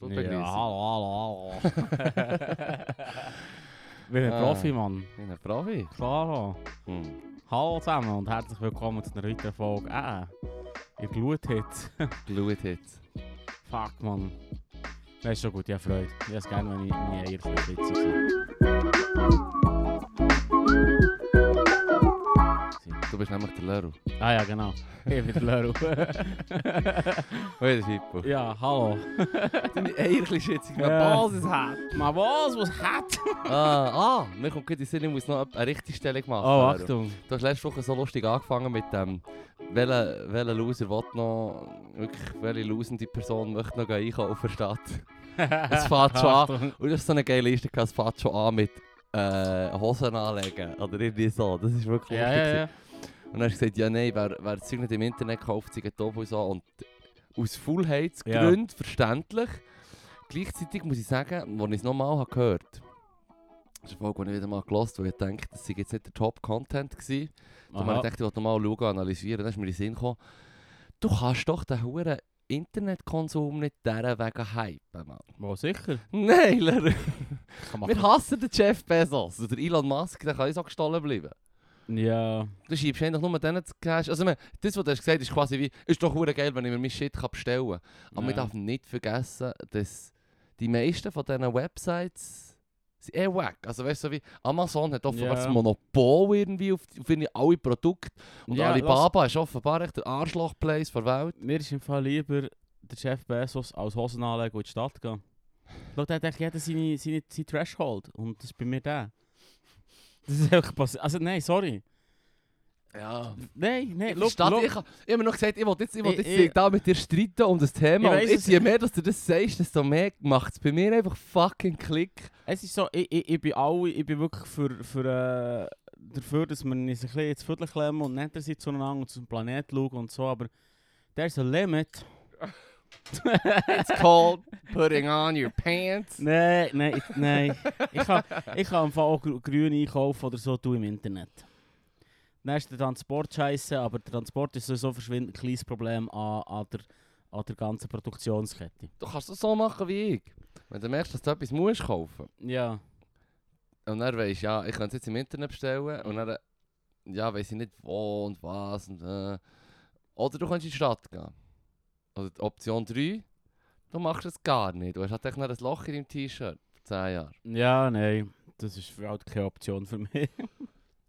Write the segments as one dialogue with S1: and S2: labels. S1: So begrüße ich.
S2: hallo, hallo. Wir
S1: Ah.
S2: ein Profi, Mann.
S1: Ich bin ein Profi.
S2: Klaro.
S1: Hm.
S2: Hallo zusammen und herzlich willkommen zu einer weiteren Folge. Äh, ihr glutet jetzt.
S1: Bluthits.
S2: Fuck, Mann. Das ist schon gut, ich habe Freude. Ich hätte es gerne, wenn ich meine Eier schwitze.
S1: Du bist nämlich der Leru.
S2: Ah ja, genau. Ich bin der Leru.
S1: Hoi, der Schippo.
S2: Oh, ja, hallo.
S1: Deine Eierchlischützung,
S2: Ja.
S1: hat.
S2: Maar was, was hat?
S1: ah, ah, mir kommt gut in den Sinn, ich muss noch eine richtige Stellung machen.
S2: Oh,
S1: Leru.
S2: Achtung.
S1: Du hast letzte Woche so lustig angefangen mit dem, welcher welche Loser will noch, wirklich, welche losende Person möchte noch gehen einkaufen statt.
S2: Es
S1: fährt schon an. Und das ist so eine geile Liste, gehabt, es fängt schon an mit äh, Hosen anlegen oder irgendwie so. Das ist wirklich
S2: Ja,
S1: lustig.
S2: ja,
S1: gewesen.
S2: ja.
S1: Und dann hast du gesagt, ja nein, wer, wer das Zeug nicht im Internet kauft, sei top und so. Und aus Faulheitsgründen, verständlich. Gleichzeitig muss ich sagen, als ich es nochmal habe gehört habe, das ist eine Folge, die ich wieder mal gehört habe, weil ich denke, das sei jetzt nicht der Top-Content gewesen. Darum habe
S2: Aha.
S1: ich gedacht, ich wollte nochmal schauen, analysieren. Dann ist mir in den Sinn gekommen, du kannst doch den hohen Internetkonsum nicht dieser wegen hypen, Mann.
S2: Wel sicher.
S1: Nein, Leru.
S2: Kann man-
S1: Wir hassen den Jeff Bezos oder Elon Musk, der kann uns auch gestohlen bleiben.
S2: Ja.
S1: Du schiebst eigentlich nur denen zu Cash. Also, ich meine, das, was du hast gesagt hast, ist quasi wie, ist doch hure geil, wenn ich mir mein Shit kann bestellen kann. Aber man
S2: ja.
S1: darf nicht vergessen, dass die meisten von diesen Websites sind eh weg. Also, weißt du, so wie Amazon hat offenbar
S2: Ja.
S1: das Monopol irgendwie auf, auf irgendwie alle Produkte. Und
S2: Ja,
S1: Alibaba ist offenbar echt der Arschloch-Place der Welt.
S2: Mir ist im Fall lieber der Chef Bezos als Hosen anlegen und in die Stadt gehen. Schau, der hat echt jeder seine, seine, seine Threshold. Und das ist bei mir der. Das ist einfach passiert. Also nein, sorry.
S1: Ja.
S2: Nein, nein,
S1: Look,
S2: look,
S1: Stadt,
S2: look.
S1: Ich habe immer noch gesagt, ich wollte jetzt, ich will
S2: Ich-
S1: jetzt
S2: ich-
S1: da mit dir streiten um das Thema.
S2: Ich
S1: Und
S2: weiss,
S1: jetzt,
S2: es-
S1: je mehr dass du das sagst, desto mehr macht es bei mir einfach fucking Klick.
S2: Es ist so, ich, ich, ich bin alle, ich bin wirklich für, für, äh, dafür, dass wir uns ein bisschen ins Viertel klemmen und netter sind zueinander und zum Planeten schauen und so, aber there's a limit.
S1: It's called putting on your pants.
S2: Nein, nein, ich- nein. Ich kann, ich kann im Fall auch grü- grün einkaufen oder so tun im Internet. Dann ist der Transport scheiße, aber der Transport dus ist sowieso verschwindend ein kleines Problem an, an, der, an der ganzen Produktionskette.
S1: Du kannst das so machen wie ich. Wenn du merkst, dass du etwas musst kaufen
S2: Ja.
S1: und dann weisst du, ja, ich kann es jetzt im Internet bestellen und dann, äh, ja, weiss ich nicht wo und was und äh. Oder du kannst in die Stadt gehen. Oder die Option 3, du machst es gar nicht. Du hast halt echt noch ein Loch in deinem T-Shirt vor 10 Jahren.
S2: Ja, nein. Das ist halt keine Option für mich.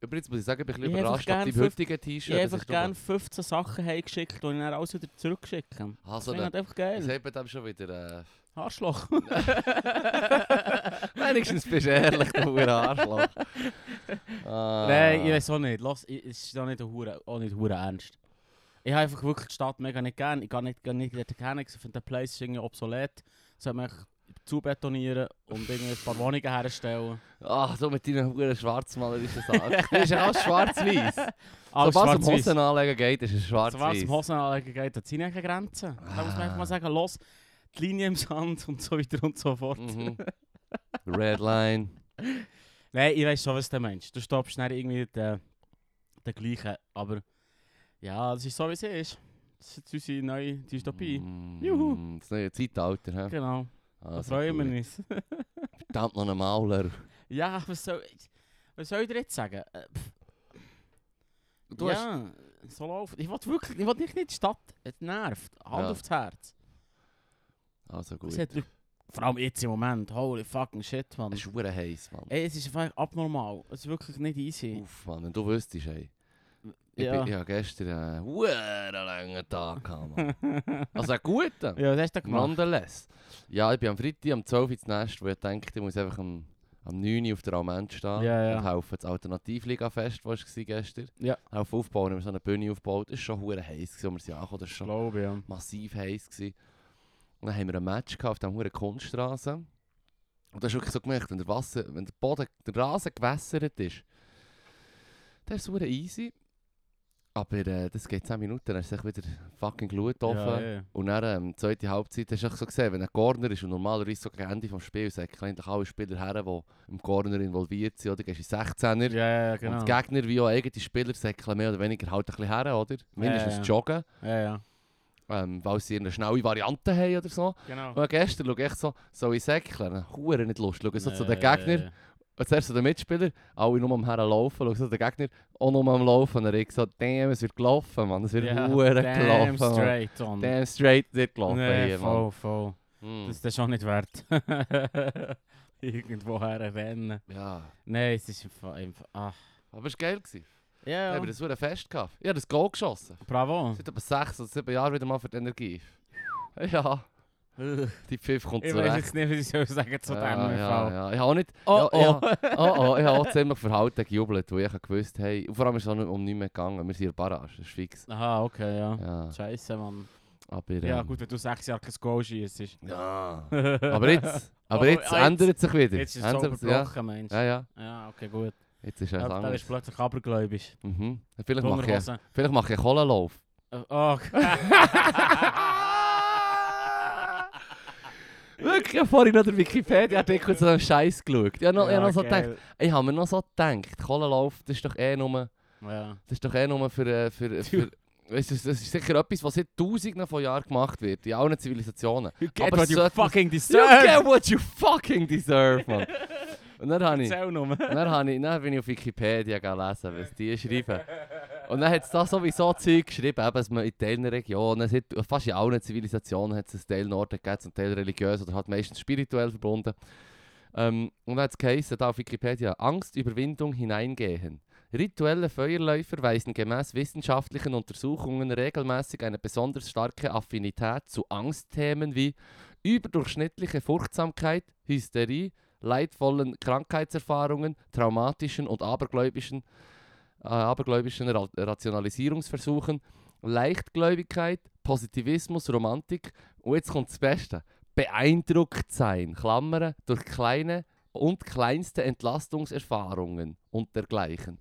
S1: Übrigens muss ich sagen, ich bin ein bisschen
S2: Ich hätte
S1: überrascht
S2: einfach
S1: ab deinem
S2: gern
S1: heutigen
S2: Ich
S1: T-Shirt.
S2: habe
S1: Das
S2: einfach
S1: ist doch-
S2: gerne 15 Sachen heimgeschickt und ich dann alles wieder zurückgeschickt.
S1: Also,
S2: Das ist
S1: dann,
S2: halt einfach
S1: ich
S2: geil.
S1: sehe bei dem schon wieder... Äh,
S2: Arschloch.
S1: Wenigstens bist du ehrlich, du Huren Arschloch. Ah.
S2: Nein, ich weiß auch nicht. Lass, ich, es ist auch nicht, hure, auch nicht hure ernst. Ich habe einfach wirklich die Stadt mega nicht gern. Ich gehe nicht, gehe nicht dort hin. Ich finde, der Place ist irgendwie obsolet. Soll man einfach zubetonieren und irgendwie ein paar Wohnungen herstellen.
S1: Ach, Ah, so mit deinen Huren schwarzmalerischen Sachen. Das ist ja alles schwarz-weiß. Sobald
S2: Alles
S1: es um
S2: schwarz-weiss.
S1: Hosen anlegen geht, ist es
S2: Also was im
S1: schwarz-weiß.
S2: Hosenanlegen geht, da ziehen ja keine Grenzen. Da muss man einfach
S1: Ah.
S2: mal sagen, los, die Linie im Sand und so weiter und so fort.
S1: Mhm. Red Line.
S2: Nein, ich weiß schon, was du meinst. Du stoppst nicht irgendwie den, den gleichen. Aber ja, das ist so, wie es ist. Das ist jetzt unsere neue Dystopie.
S1: Mm,
S2: Juhu.
S1: Das neue Zeitalter. He?
S2: Genau, da
S1: Also
S2: freuen
S1: gut.
S2: wir uns.
S1: Verdammt noch einen Mauler.
S2: Ja, was soll, was soll ich dir jetzt sagen? Äh, pff,
S1: Du hast,
S2: ja, so läuft. Ich will wirklich, ich will nicht in die Stadt. Es nervt. Hand
S1: Ja.
S2: aufs Herz.
S1: also gut.
S2: Es
S1: Es
S2: hat, Leute- vor allem jetzt im Moment. Holy fucking shit, man.
S1: ist hure heiß, Mann.
S2: Ey, es ist einfach abnormal. Es ist wirklich nicht easy.
S1: Uff, Mann, wenn du wüsstest, ey. Ich,
S2: Ja.
S1: bin, ich habe gestern einen hure langen Tag gehabt, Mann. Also einen guten.
S2: Ja, was hast du da gemacht?
S1: Nonetheless. Ja, ich bin am Freitag am 12 Uhr ins Nest, wo ich denke, ich muss einfach am, am 9 Uhr auf der Almend stehen
S2: Ja, ja.
S1: und helfen. Das Alternativliga-Fest, das war gestern.
S2: Ja.
S1: Helfen aufbauen, haben wir so eine Bühne aufgebaut. Es war schon hure heiß, gewesen, als wir sie ankamen. Das war schon
S2: Glaube, ja.
S1: massiv heiß. Gewesen. Und dann haben wir ein Match gehabt auf dieser huren Kunststraße. Und das ist wirklich so gemerkt, wenn der, Wasser, wenn der Boden, der Rasen gewässert ist, dann ist es hure easy. Aber äh, das geht 10 Minuten, dann ist es echt wieder fucking Glut offen.
S2: Ja, ja.
S1: Und dann, ähm, zweite Halbzeit, hast du echt so gesehen, wenn ein Corner ist und normalerweise so gegen Ende vom Spiel sagen eigentlich alle Spieler her, die im Corner involviert sind, oder? Gehst in 16er.
S2: Ja, ja, ja, genau.
S1: Und die Gegner wie auch eigene Spieler säckeln mehr oder weniger halt ein bisschen her, oder? Mindestens
S2: ja.
S1: joggen.
S2: ja, ja.
S1: ähm, weil sie eine schnelle Variante haben oder so.
S2: Genau.
S1: Und gestern schaue ich echt so, so in Säckchen, Huren nicht Lust, schaue so zu den Gegnern, und zuerst zu den Mitspielern, alle nur am Herlaufen, schaue so den Gegner auch nur am Laufen. Und dann habe ich gesagt, damn, es wird gelaufen, Mann, es wird
S2: Ja,
S1: Huren
S2: damn
S1: gelaufen. Mann.
S2: straight on.
S1: Damn straight wird gelaufen
S2: nee,
S1: hier, Mann.
S2: voll, voll.
S1: Hm.
S2: Das ist das schon nicht wert. Irgendwoher rennen.
S1: Ja,
S2: Nein, es ist im Fall... im Fall- Ach.
S1: aber es war geil. Gewesen. Ich
S2: ah. Ja,
S1: habe das Huren fest gehabt. Ich habe das Goal geschossen.
S2: bravo.
S1: Seit etwa sechs oder sieben Jahren wieder mal für die Energie. Ja, die Pfiff kommt
S2: Ich
S1: zurecht.
S2: weiß jetzt nicht, was ich soll sagen zu
S1: ja,
S2: dem
S1: ja,
S2: Fall.
S1: ja. Ich habe auch nicht...
S2: Oh,
S1: ja, ja.
S2: oh.
S1: Oh, oh, ich habe auch ziemlich verhalten gejubelt, weil ich gewusst hey, und vor allem ist es auch nicht um nichts mehr gegangen, wir sind in der Barrage, das ist fix.
S2: Aha, okay, Ah, ja.
S1: Ja,
S2: Scheiße, Mann.
S1: aber... Ähm,
S2: Ja, gut, wenn du sechs Jahre kein Goal schiessest.
S1: Ja. Aber jetzt, aber
S2: Aber
S1: jetzt
S2: ah, jetzt-
S1: ändert sich wieder.
S2: Jetzt ist es so
S1: ändert, ja.
S2: überbrochen, Mensch.
S1: ja, ja,
S2: Ja, okay, gut.
S1: jetzt ist es
S2: Ja, dann
S1: anders.
S2: ist plötzlich abergläubisch.
S1: Mhm. Vielleicht mache ich,
S2: Hungerhosen.
S1: vielleicht mache ich einen Kohlenlauf.
S2: Äh, Oh,
S1: Wirklich, ich habe vorhin noch den Wikipedia-Artikel zu diesem Scheiß geschaut. Ich habe noch, ich habe noch so gedacht,
S2: geil.
S1: ich habe mir noch so gedacht, Kohlenlauf, das ist doch eh nur...
S2: Ja.
S1: Das ist doch eh nur für. äh, für, für weißt du, das ist sicher etwas, was seit Tausenden von Jahren gemacht wird, in allen Zivilisationen.
S2: You get
S1: Aber
S2: what you
S1: sollte man-
S2: fucking
S1: You
S2: deserve!
S1: get what you fucking deserve, man. Und dann habe ich,
S2: Erzähl nur.
S1: dann habe ich, dann bin ich auf Wikipedia gelesen, was die schreiben. Und dann hat es da sowieso Zeug geschrieben, eben, dass man in Teilen Regionen, es hat, fast in allen Zivilisationen hat es einen Teil Norden gegeben, einen Teil religiös oder halt meistens spirituell verbunden. Ähm, und dann hat es geheißen, da auf Wikipedia, Angst, Überwindung, hineingehen. Rituelle Feuerläufer weisen gemäß wissenschaftlichen Untersuchungen regelmäßig eine besonders starke Affinität zu Angstthemen wie überdurchschnittliche Furchtsamkeit, Hysterie, leidvollen Krankheitserfahrungen, traumatischen und abergläubischen, äh, abergläubischen Ra Rationalisierungsversuchen, Leichtgläubigkeit, Positivismus, Romantik und jetzt kommt das Beste. Beeindruckt sein, Klammern, durch kleine und kleinste Entlastungserfahrungen und dergleichen.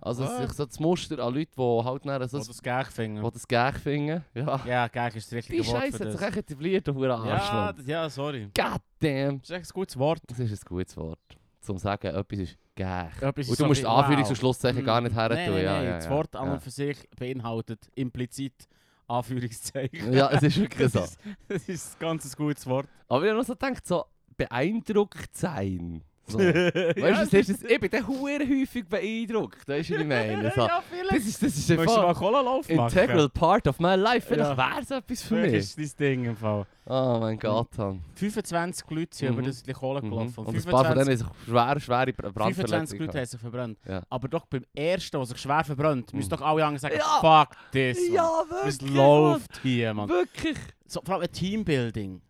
S1: Also es
S2: Ah.
S1: ist so das Muster an Leuten, die halt nachher so
S2: Wo das Gag
S1: die das gäch finden. Ja.
S2: Ja, Gag ist das
S1: Die
S2: richtige Wort
S1: Scheiße
S2: für
S1: hat sich
S2: das.
S1: echt etabliert, du Hurenarsch.
S2: Ja,
S1: Ja,
S2: das- ja, sorry.
S1: Goddamn.
S2: Das ist echt ein gutes Wort.
S1: Das ist ein gutes Wort. Zum sagen, etwas ist gäch.
S2: Etwas
S1: Und
S2: ist
S1: du
S2: so
S1: musst
S2: wie-
S1: Anführungs-
S2: wow.
S1: und Schlusszeichen
S2: Mm.
S1: gar nicht her
S2: Nein,
S1: tun.
S2: nein,
S1: ja,
S2: nein,
S1: ja,
S2: das
S1: ja.
S2: Wort an
S1: ja.
S2: und für sich beinhaltet implizit Anführungszeichen.
S1: ja, es ist wirklich
S2: Das
S1: so.
S2: ist, das ist ein ganz gutes Wort.
S1: Aber ich habe noch so gedacht, so beeindruckt sein. So. weißt
S2: weißt
S1: du, was ist das? Ich bin dann verdammt häufig beeindruckt. Weißt du, was ich meine? So.
S2: Ja,
S1: Das
S2: vielleicht.
S1: ist, das ist
S2: Möchtest du mal
S1: einfach
S2: Kohlenlauf machen?
S1: integral part of my life. Vielleicht
S2: Ja.
S1: wäre es etwas für
S2: Das
S1: mich.
S2: ist dein Ding im Fall.
S1: Oh mein Gott, Mann.
S2: 25 Leute sind
S1: Mhm.
S2: über das Kohle
S1: Mhm.
S2: gelaufen.
S1: Und ein paar von denen haben sich schwer, schwere Bra-
S2: 25
S1: Brandverletzungen.
S2: Leute haben sich verbrannt.
S1: Ja.
S2: Aber doch beim ersten, der sich schwer verbrannt, müssen
S1: Mhm.
S2: doch alle anderen sagen,
S1: Ja.
S2: fuck this, Mann.
S1: Ja,
S2: was
S1: wirklich.
S2: läuft hier,
S1: Mann.
S2: Mann.
S1: Wirklich.
S2: So, vor allem ein Teambuilding.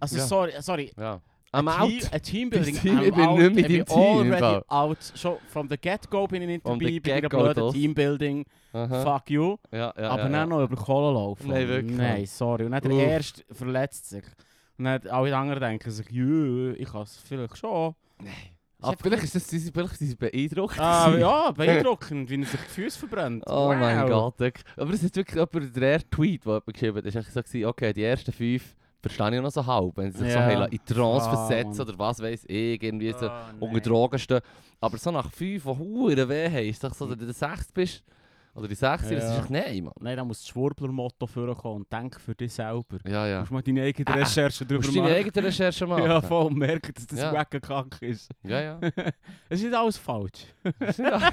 S2: Also
S1: Ja.
S2: sorry, uh, sorry.
S1: Ja. Am
S2: Team-
S1: Out.
S2: Ein Teambuilding.
S1: Das Team-
S2: I'm
S1: ich bin
S2: out,
S1: nicht mit
S2: ich bin
S1: im Team, im Fall.
S2: already out. Schon from the get-go bin ich nicht
S1: From
S2: dabei,
S1: the
S2: bei diesem
S1: get-go
S2: blöden
S1: das.
S2: Teambuilding.
S1: Aha.
S2: Fuck you.
S1: Ja, ja,
S2: Aber
S1: ja, ja.
S2: dann noch über Kohle laufen.
S1: Nein, wirklich.
S2: Nein, sorry. Und dann der
S1: Uff.
S2: Erste verletzt sich. Und dann alle anderen denken sich, jö, ich kann es vielleicht schon.
S1: Ah, vielleicht ist das sie, vielleicht sind sie beeindruckt.
S2: Ah, ja, beeindruckend, wie er sich die Füße verbrennt.
S1: Oh
S2: wow.
S1: mein Gott, wirklich. Aber es ist wirklich jemand, der erste Tweet, den jemand geschrieben hat, ist eigentlich so gewesen, okay, die ersten fünf verstehe ich noch so halb, wenn sie sich so
S2: Ja.
S1: haben lassen, in Trance
S2: Ah,
S1: versetzen
S2: Mann.
S1: oder was weiß ich, irgendwie so
S2: Oh,
S1: unter Drogen stehen. Aber so nach fünf, wo Huren weh haben, ist doch so, dass du der Sechste bist, oder die Sechste, das ist
S2: Ja.
S1: echt nein, Mann.
S2: Nein, da muss das Schwurbler-Motto vorkommen und denk für dich selber.
S1: Ja,
S2: Du
S1: ja. Ah,
S2: musst mal deine eigene Recherche
S1: Du
S2: drüber
S1: musst
S2: machen.
S1: deine eigene Recherche machen.
S2: Ja, voll merken, dass das
S1: Ja.
S2: wacken krank ist.
S1: ja. ja.
S2: Es ist nicht alles falsch.
S1: ja.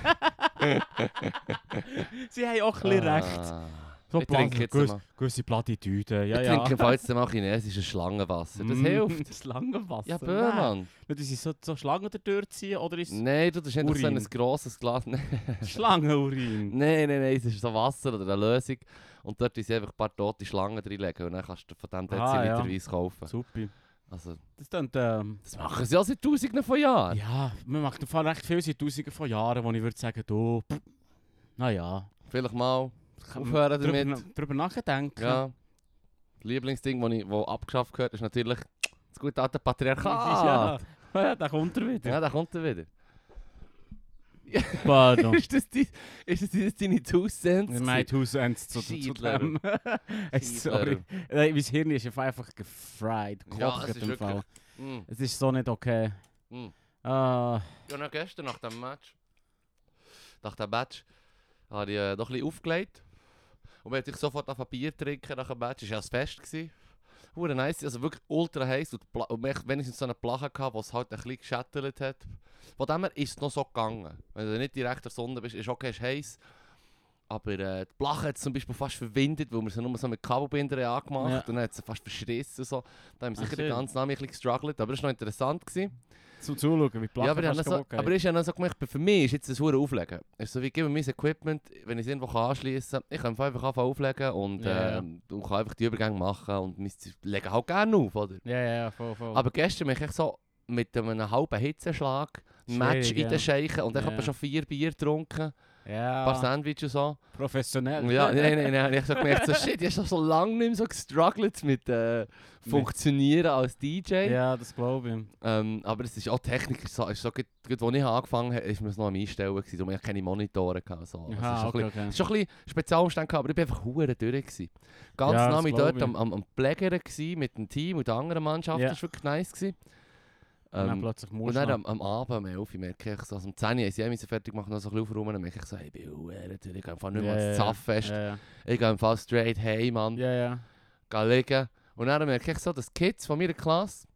S2: Sie haben auch ein bisschen
S1: Ah,
S2: recht. So
S1: ich trinke jetzt
S2: gewisse,
S1: mal.
S2: gewisse Plattitüden. Ja,
S1: ich
S2: ja.
S1: trinke jetzt mal chinesisches Schlangenwasser. Das
S2: Mm,
S1: hilft.
S2: Das Schlangenwasser.
S1: Ja,
S2: nein.
S1: Böhmann.
S2: Weil Das ist so, so Schlangen dadurch ziehen oder ist es
S1: Nein, du das ist nicht so
S2: Urin.
S1: ein grosses Glas. Nein,
S2: Schlangenurin?
S1: nein, nein, nein, es ist so Wasser oder eine Lösung. Und dort ist einfach ein paar tote Schlangen reinlegen und dann kannst du von dem
S2: Ah, ja.
S1: Deziliter Weiss kaufen.
S2: Super.
S1: Also,
S2: Das dann ähm,
S1: das machen sie ja seit Tausenden von Jahren.
S2: Ja, man macht im Fall recht viel seit tausenden von Jahren, wo ich würde sagen, du, pff, naja.
S1: Vielleicht mal
S2: Kann man
S1: aufhören
S2: drüber,
S1: damit.
S2: na- drüber nachdenken.
S1: Ja. Das Lieblingsding, das ich wo abgeschafft gehört, ist natürlich das gute alte
S2: Ja,
S1: Patriarchat.
S2: ja da kommt er
S1: Ja,
S2: wieder.
S1: da kommt er wieder.
S2: Pardon.
S1: Ist das, die, ist das die- deine Two Cents? Äh,
S2: Mein Haus ends zu, zu, zu
S1: Schiedler.
S2: dem. Ey, Sorry. Nein, mein Hirn ist einfach- einfach gefried.
S1: Ja,
S2: gekocht
S1: es ist
S2: im Fall.
S1: wirklich- Mm,
S2: Es ist so nicht okay.
S1: mm.
S2: Ah,
S1: Ja, noch gestern nach dem Match. Nach dem Match habe ich äh, noch ein bisschen aufgelegt. Und man hat sich sofort angefangen Bier zu trinken nach dem Match. Das war ja das Fest. gewesen. Hure nice, also wirklich ultra heiß. Und, die Pla- und man hat wenigstens so eine Plache gehabt, die es halt ein bisschen geschattelt hat. Von dem her ist es noch so gegangen. Wenn du nicht direkt in der Sonne bist, ist okay, ist heiß. Aber äh, die Plache hat es zum Beispiel fast verwindet, weil wir sie nur so mit Kabelbindern angemacht
S2: Ja.
S1: und dann hat sie fast verschrissen. und So. Da haben wir
S2: Ach,
S1: sicher den
S2: schön.
S1: ganzen Namen ein bisschen gestruggelt, aber das war noch interessant. Gewesen.
S3: Zu zuschauen, wie die Platte
S1: Ja, aber, ich habe
S3: fast
S1: noch so,
S3: kaputt geht.
S1: aber ich habe noch so gemerkt, bei- für mich ist jetzt das Hure Auflegen. Es ist so wie, gib mir mein Equipment, wenn ich es irgendwo kann anschliessen kann, ich kann einfach anfangen auflegen und,
S3: Ja, ja.
S1: ähm, und kann einfach die Übergänge machen und mein Zeug- legen halt gerne auf, oder?
S3: Ja, ja, ja, voll, voll.
S1: Aber gestern bin ich echt so mit einem halben Hitzeschlag ein Match
S3: Schwierig,
S1: in den
S3: ja.
S1: Scheichen und ich
S2: Ja.
S1: habe schon vier Bier getrunken, ein paar
S3: ja,
S1: Sandwiches und so.
S3: professionell.
S1: Ja, nein, nein, nein. Ich habe gemerkt, so shit, ich habe schon so lange nicht mehr so gestruggelt mit äh, Funktionieren als DJ.
S2: Ja, das glaube ich.
S1: Ähm, aber es ist auch Technik, so, ist so, gut, gut, als ich angefangen habe, ist mir es noch am Einstellen gewesen, darum hatte ich keine Monitore. Gehabt, so. Also es ist
S2: Aha,
S1: schon ein
S2: okay, okay.
S1: bisschen, schon ein bisschen Spezialumstände, gehabt, aber ich war einfach hure durch. Gewesen. Ganz
S2: Ja, das
S1: nah mit
S2: glaub
S1: dort
S2: ich.
S1: am, am, am Plägern gewesen, mit dem Team und der anderen Mannschaft,
S2: Ja.
S1: das war wirklich nice. Gewesen.
S2: Und dann
S1: Ähm,
S2: plötzlich
S1: und
S2: musst
S1: dann
S2: du.
S1: am, am Abend, um 11 Uhr, merke ich, so, also um 10 Uhr, haben sie müssen fertig machen, noch so ein bisschen aufräumen, dann merke ich so, hey, ich bin hure durch, ich gehe einfach nicht mehr
S2: Ja,
S1: ans
S2: ja, ja.
S1: Zapffest,
S2: Ja,
S1: ich gehe einfach straight heim, Mann
S2: ja. ja.
S1: gehen liegen. äh, Und dann merke ich so, dass die Kids von meiner Klasse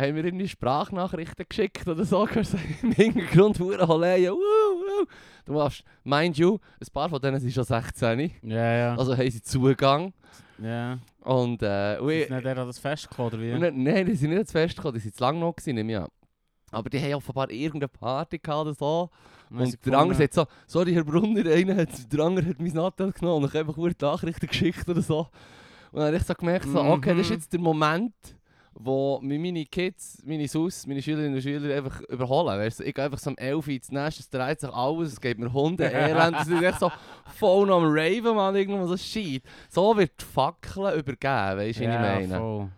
S1: haben mir irgendwie Sprachnachrichten geschickt oder so. hörst du Im Hintergrund hure Holeien. wuh, wuh. Du machst, mind you, ein paar von denen sind schon 16.
S2: Ja, ja.
S1: Also haben sie Zugang.
S2: ja.
S1: Und äh, und ich-
S2: Ist nicht der an das Fest gekommen, oder wie?
S1: und dann- nein, die sind nicht zu fest gekommen, die sind zu lange noch gewesen, nehme ich an. Aber die haben offenbar irgendeine Party gehabt oder so.
S2: Dann haben sie
S1: Und der andere
S2: gefunden.
S1: sagt so, sorry Herr Brunner, einer hat, der andere hat mein Nattel genommen und ich habe einfach nur die Nachrichten geschickt oder so. Und dann habe ich so gemerkt, so, okay, das ist
S2: Mhm.
S1: jetzt der Moment, wo mich meine Kids, meine Sus, meine Schülerinnen und Schüler einfach überholen. Weißt du, ich gehe einfach so um 11 Uhr ins Nest, es dreht sich alles, es geht mir Hunde, Elend, es ist echt so voll am Raven, man, irgendwo so shit. So wird die Fackel übergeben, weißt du, wie ich
S2: eh, Ja,
S1: meine.
S2: voll.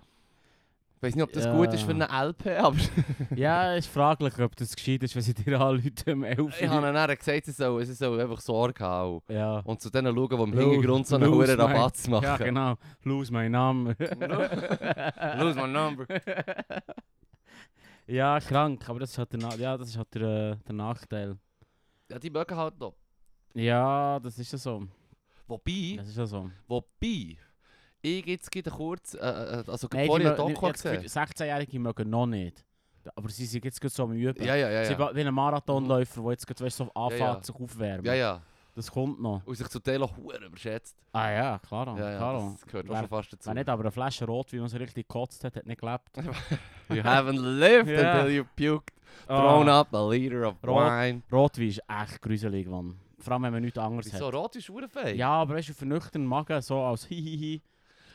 S1: Ich weiß nicht, ob das
S2: Ja.
S1: gut ist für eine LP, aber
S2: ja, ist fraglich, ob das gescheit ist, wenn sie dir anrufen um 11 Uhr.
S1: ich habe ihnen dann gesagt, sie sollen, sie sollen einfach Sorge haben.
S2: Ja.
S1: Und zu denen schauen, die im
S2: Lose-
S1: Hintergrund so einen
S2: lose
S1: hohen
S2: my-
S1: Rabatz machen.
S2: ja, genau. Lose my number.
S1: Lose my number.
S2: ja, krank, aber das ist halt der, Na ja, das ist halt der, äh, der Nachteil.
S1: Ja, die mögen halt noch.
S2: Ja, das ist ja so.
S1: Wobei,
S2: Das ist ja so.
S1: wobei, ich jetzt gerade kurz, äh, äh, also
S2: Nein, die
S1: vorhin eine
S2: mö- ich
S1: Doku
S2: hab das Gefühl,
S1: gesehen.
S2: 16-Jährige mögen noch nicht. Aber sie sind jetzt gerade so am Üben.
S1: eh. Ja, ja, ja,
S2: Sie sind
S1: ja.
S2: wie ein Marathonläufer, der jetzt gerade weißt, so anfängt,
S1: ja.
S2: sich aufwärmen.
S1: Ja, ja.
S2: Das kommt noch.
S1: Und sich zum Teil auch verdammt überschätzt.
S2: Ah ja, klar.
S1: Ja, ja,
S2: klar.
S1: das gehört auch
S2: Wer-
S1: schon fast dazu.
S2: Wenn nicht aber eine Flasche Rot, wie man so richtig gekotzt hat, hat nicht gelebt.
S1: You haven't lived
S2: Ja. Oh.
S1: until you puked,
S2: Ah.
S1: thrown up a liter of
S2: Rot-
S1: wine.
S2: Rotwein ist echt gruselig, Mann. Vor allem, wenn man nichts anderes
S1: Wieso?
S2: hat.
S1: Rot ist verdammt fein.
S2: Ja, aber weißt du, für nüchtern Magen, so als Hihihi,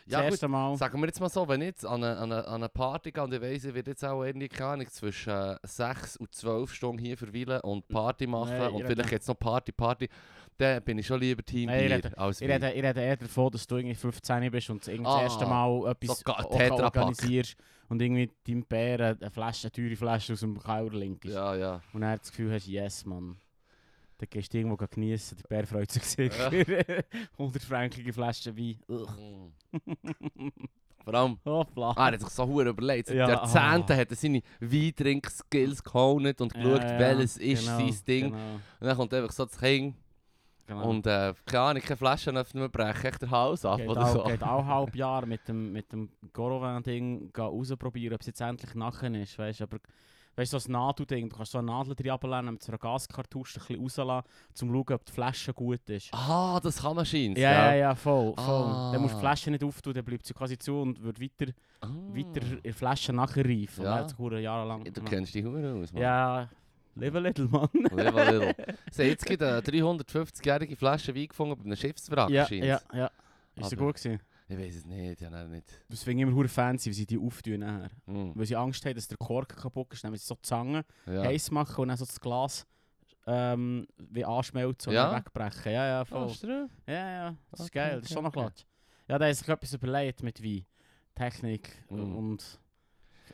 S2: das
S1: ja gut.
S2: erste Mal.
S1: Sagen wir jetzt mal so, wenn ich jetzt an eine, an eine, an eine Party gehe und ich weiss, ich werde jetzt auch irgendwie keine Ahnung, zwischen äh, 6 und 12 Stunden hier verweilen und Party machen
S2: Nein,
S1: und
S2: ich
S1: vielleicht
S2: rede-
S1: jetzt noch Party, Party, dann bin ich schon lieber Team
S2: Nein, ich
S1: Bier
S2: rede-
S1: als
S2: Ich
S1: Bier.
S2: rede, ich rede eher davon, dass du irgendwie 15 bist und irgendwie
S1: Ah,
S2: das erste Mal etwas
S1: so ga-
S2: eh, o-
S1: Tetrapack.
S2: organisierst und irgendwie deinem Bär eine eine Flasche, eine teure Flasche aus dem Keller linkst.
S1: Ja, ja.
S2: Und er das Gefühl hast, yes, Mann. Dann gehst du irgendwo genießen, der Bär freut sich sicher. eh, 100-fränkige Flasche Wein. Ugh.
S1: Mm. Vor allem,
S2: Hoppla.
S1: ah, er hat sich so hure überlegt. Seit
S2: Ja,
S1: Jahrzehnten
S2: ah.
S1: hat er seine Weintrink-Skills geholt und geschaut,
S2: Ja, ja,
S1: welches ist
S2: genau,
S1: sein Ding.
S2: Genau,
S1: Und dann kommt einfach so das Kind
S2: genau.
S1: und äh, keine Ahnung, keine Flaschen öffnen, wir brechen echt den Hals ab
S2: geht
S1: oder
S2: auch,
S1: so.
S2: geht auch halb Jahr mit dem, mit dem Gorovin-Ding gehen rausprobieren, ob es jetzt endlich nachher ist. Weißt, aber weißt, so ein Nadelding, du kannst so eine Nadel drin runterlassen, mit so einer Gaskartusche ein bisschen rauslassen, um zu schauen, ob die Flasche gut ist.
S1: Ah, das kann man scheinbar.
S2: ja, ja, ja, voll. voll.
S1: Ah.
S2: Dann musst du die Flasche nicht auftun, dann bleibt sie quasi zu und wird weiter,
S1: Ah.
S2: weiter in der Flasche nachher reif. Und
S1: Ja.
S2: dann hat es jahrelang
S1: Ja, Du
S2: gemacht.
S1: kennst dich Hure aus, Mann.
S2: Ja, live a little, Mann.
S1: Live a little. Sie haben jetzt gerade eine 350-jährige Flasche Wein gefunden bei einem Schiffswrack.
S2: ja,
S1: scheint's.
S2: ja, ja. Ist
S1: Aber-
S2: sie gut gewesen?
S1: Ich weiß es nicht, ja, nein, nicht.
S2: Das finde ich immer verdammt fancy, wie sie die auftun nachher.
S1: Hm.
S2: Weil sie Angst haben, dass der Kork kaputt ist, nehmen sie so die Zange
S1: Ja.
S2: heiß machen und dann so das Glas ähm, wie anschmelzen und
S1: Ja?
S2: dann wegbrechen. Ja, ja,
S1: Ah,
S2: voll.
S1: ist der-
S2: Ja, ja, das ist
S1: Okay,
S2: geil, das
S1: okay,
S2: ist schon noch
S1: okay.
S2: klatsch. Ja, da ist sich etwas überlegt mit Wein, Technik äh,
S1: Mm.
S2: und...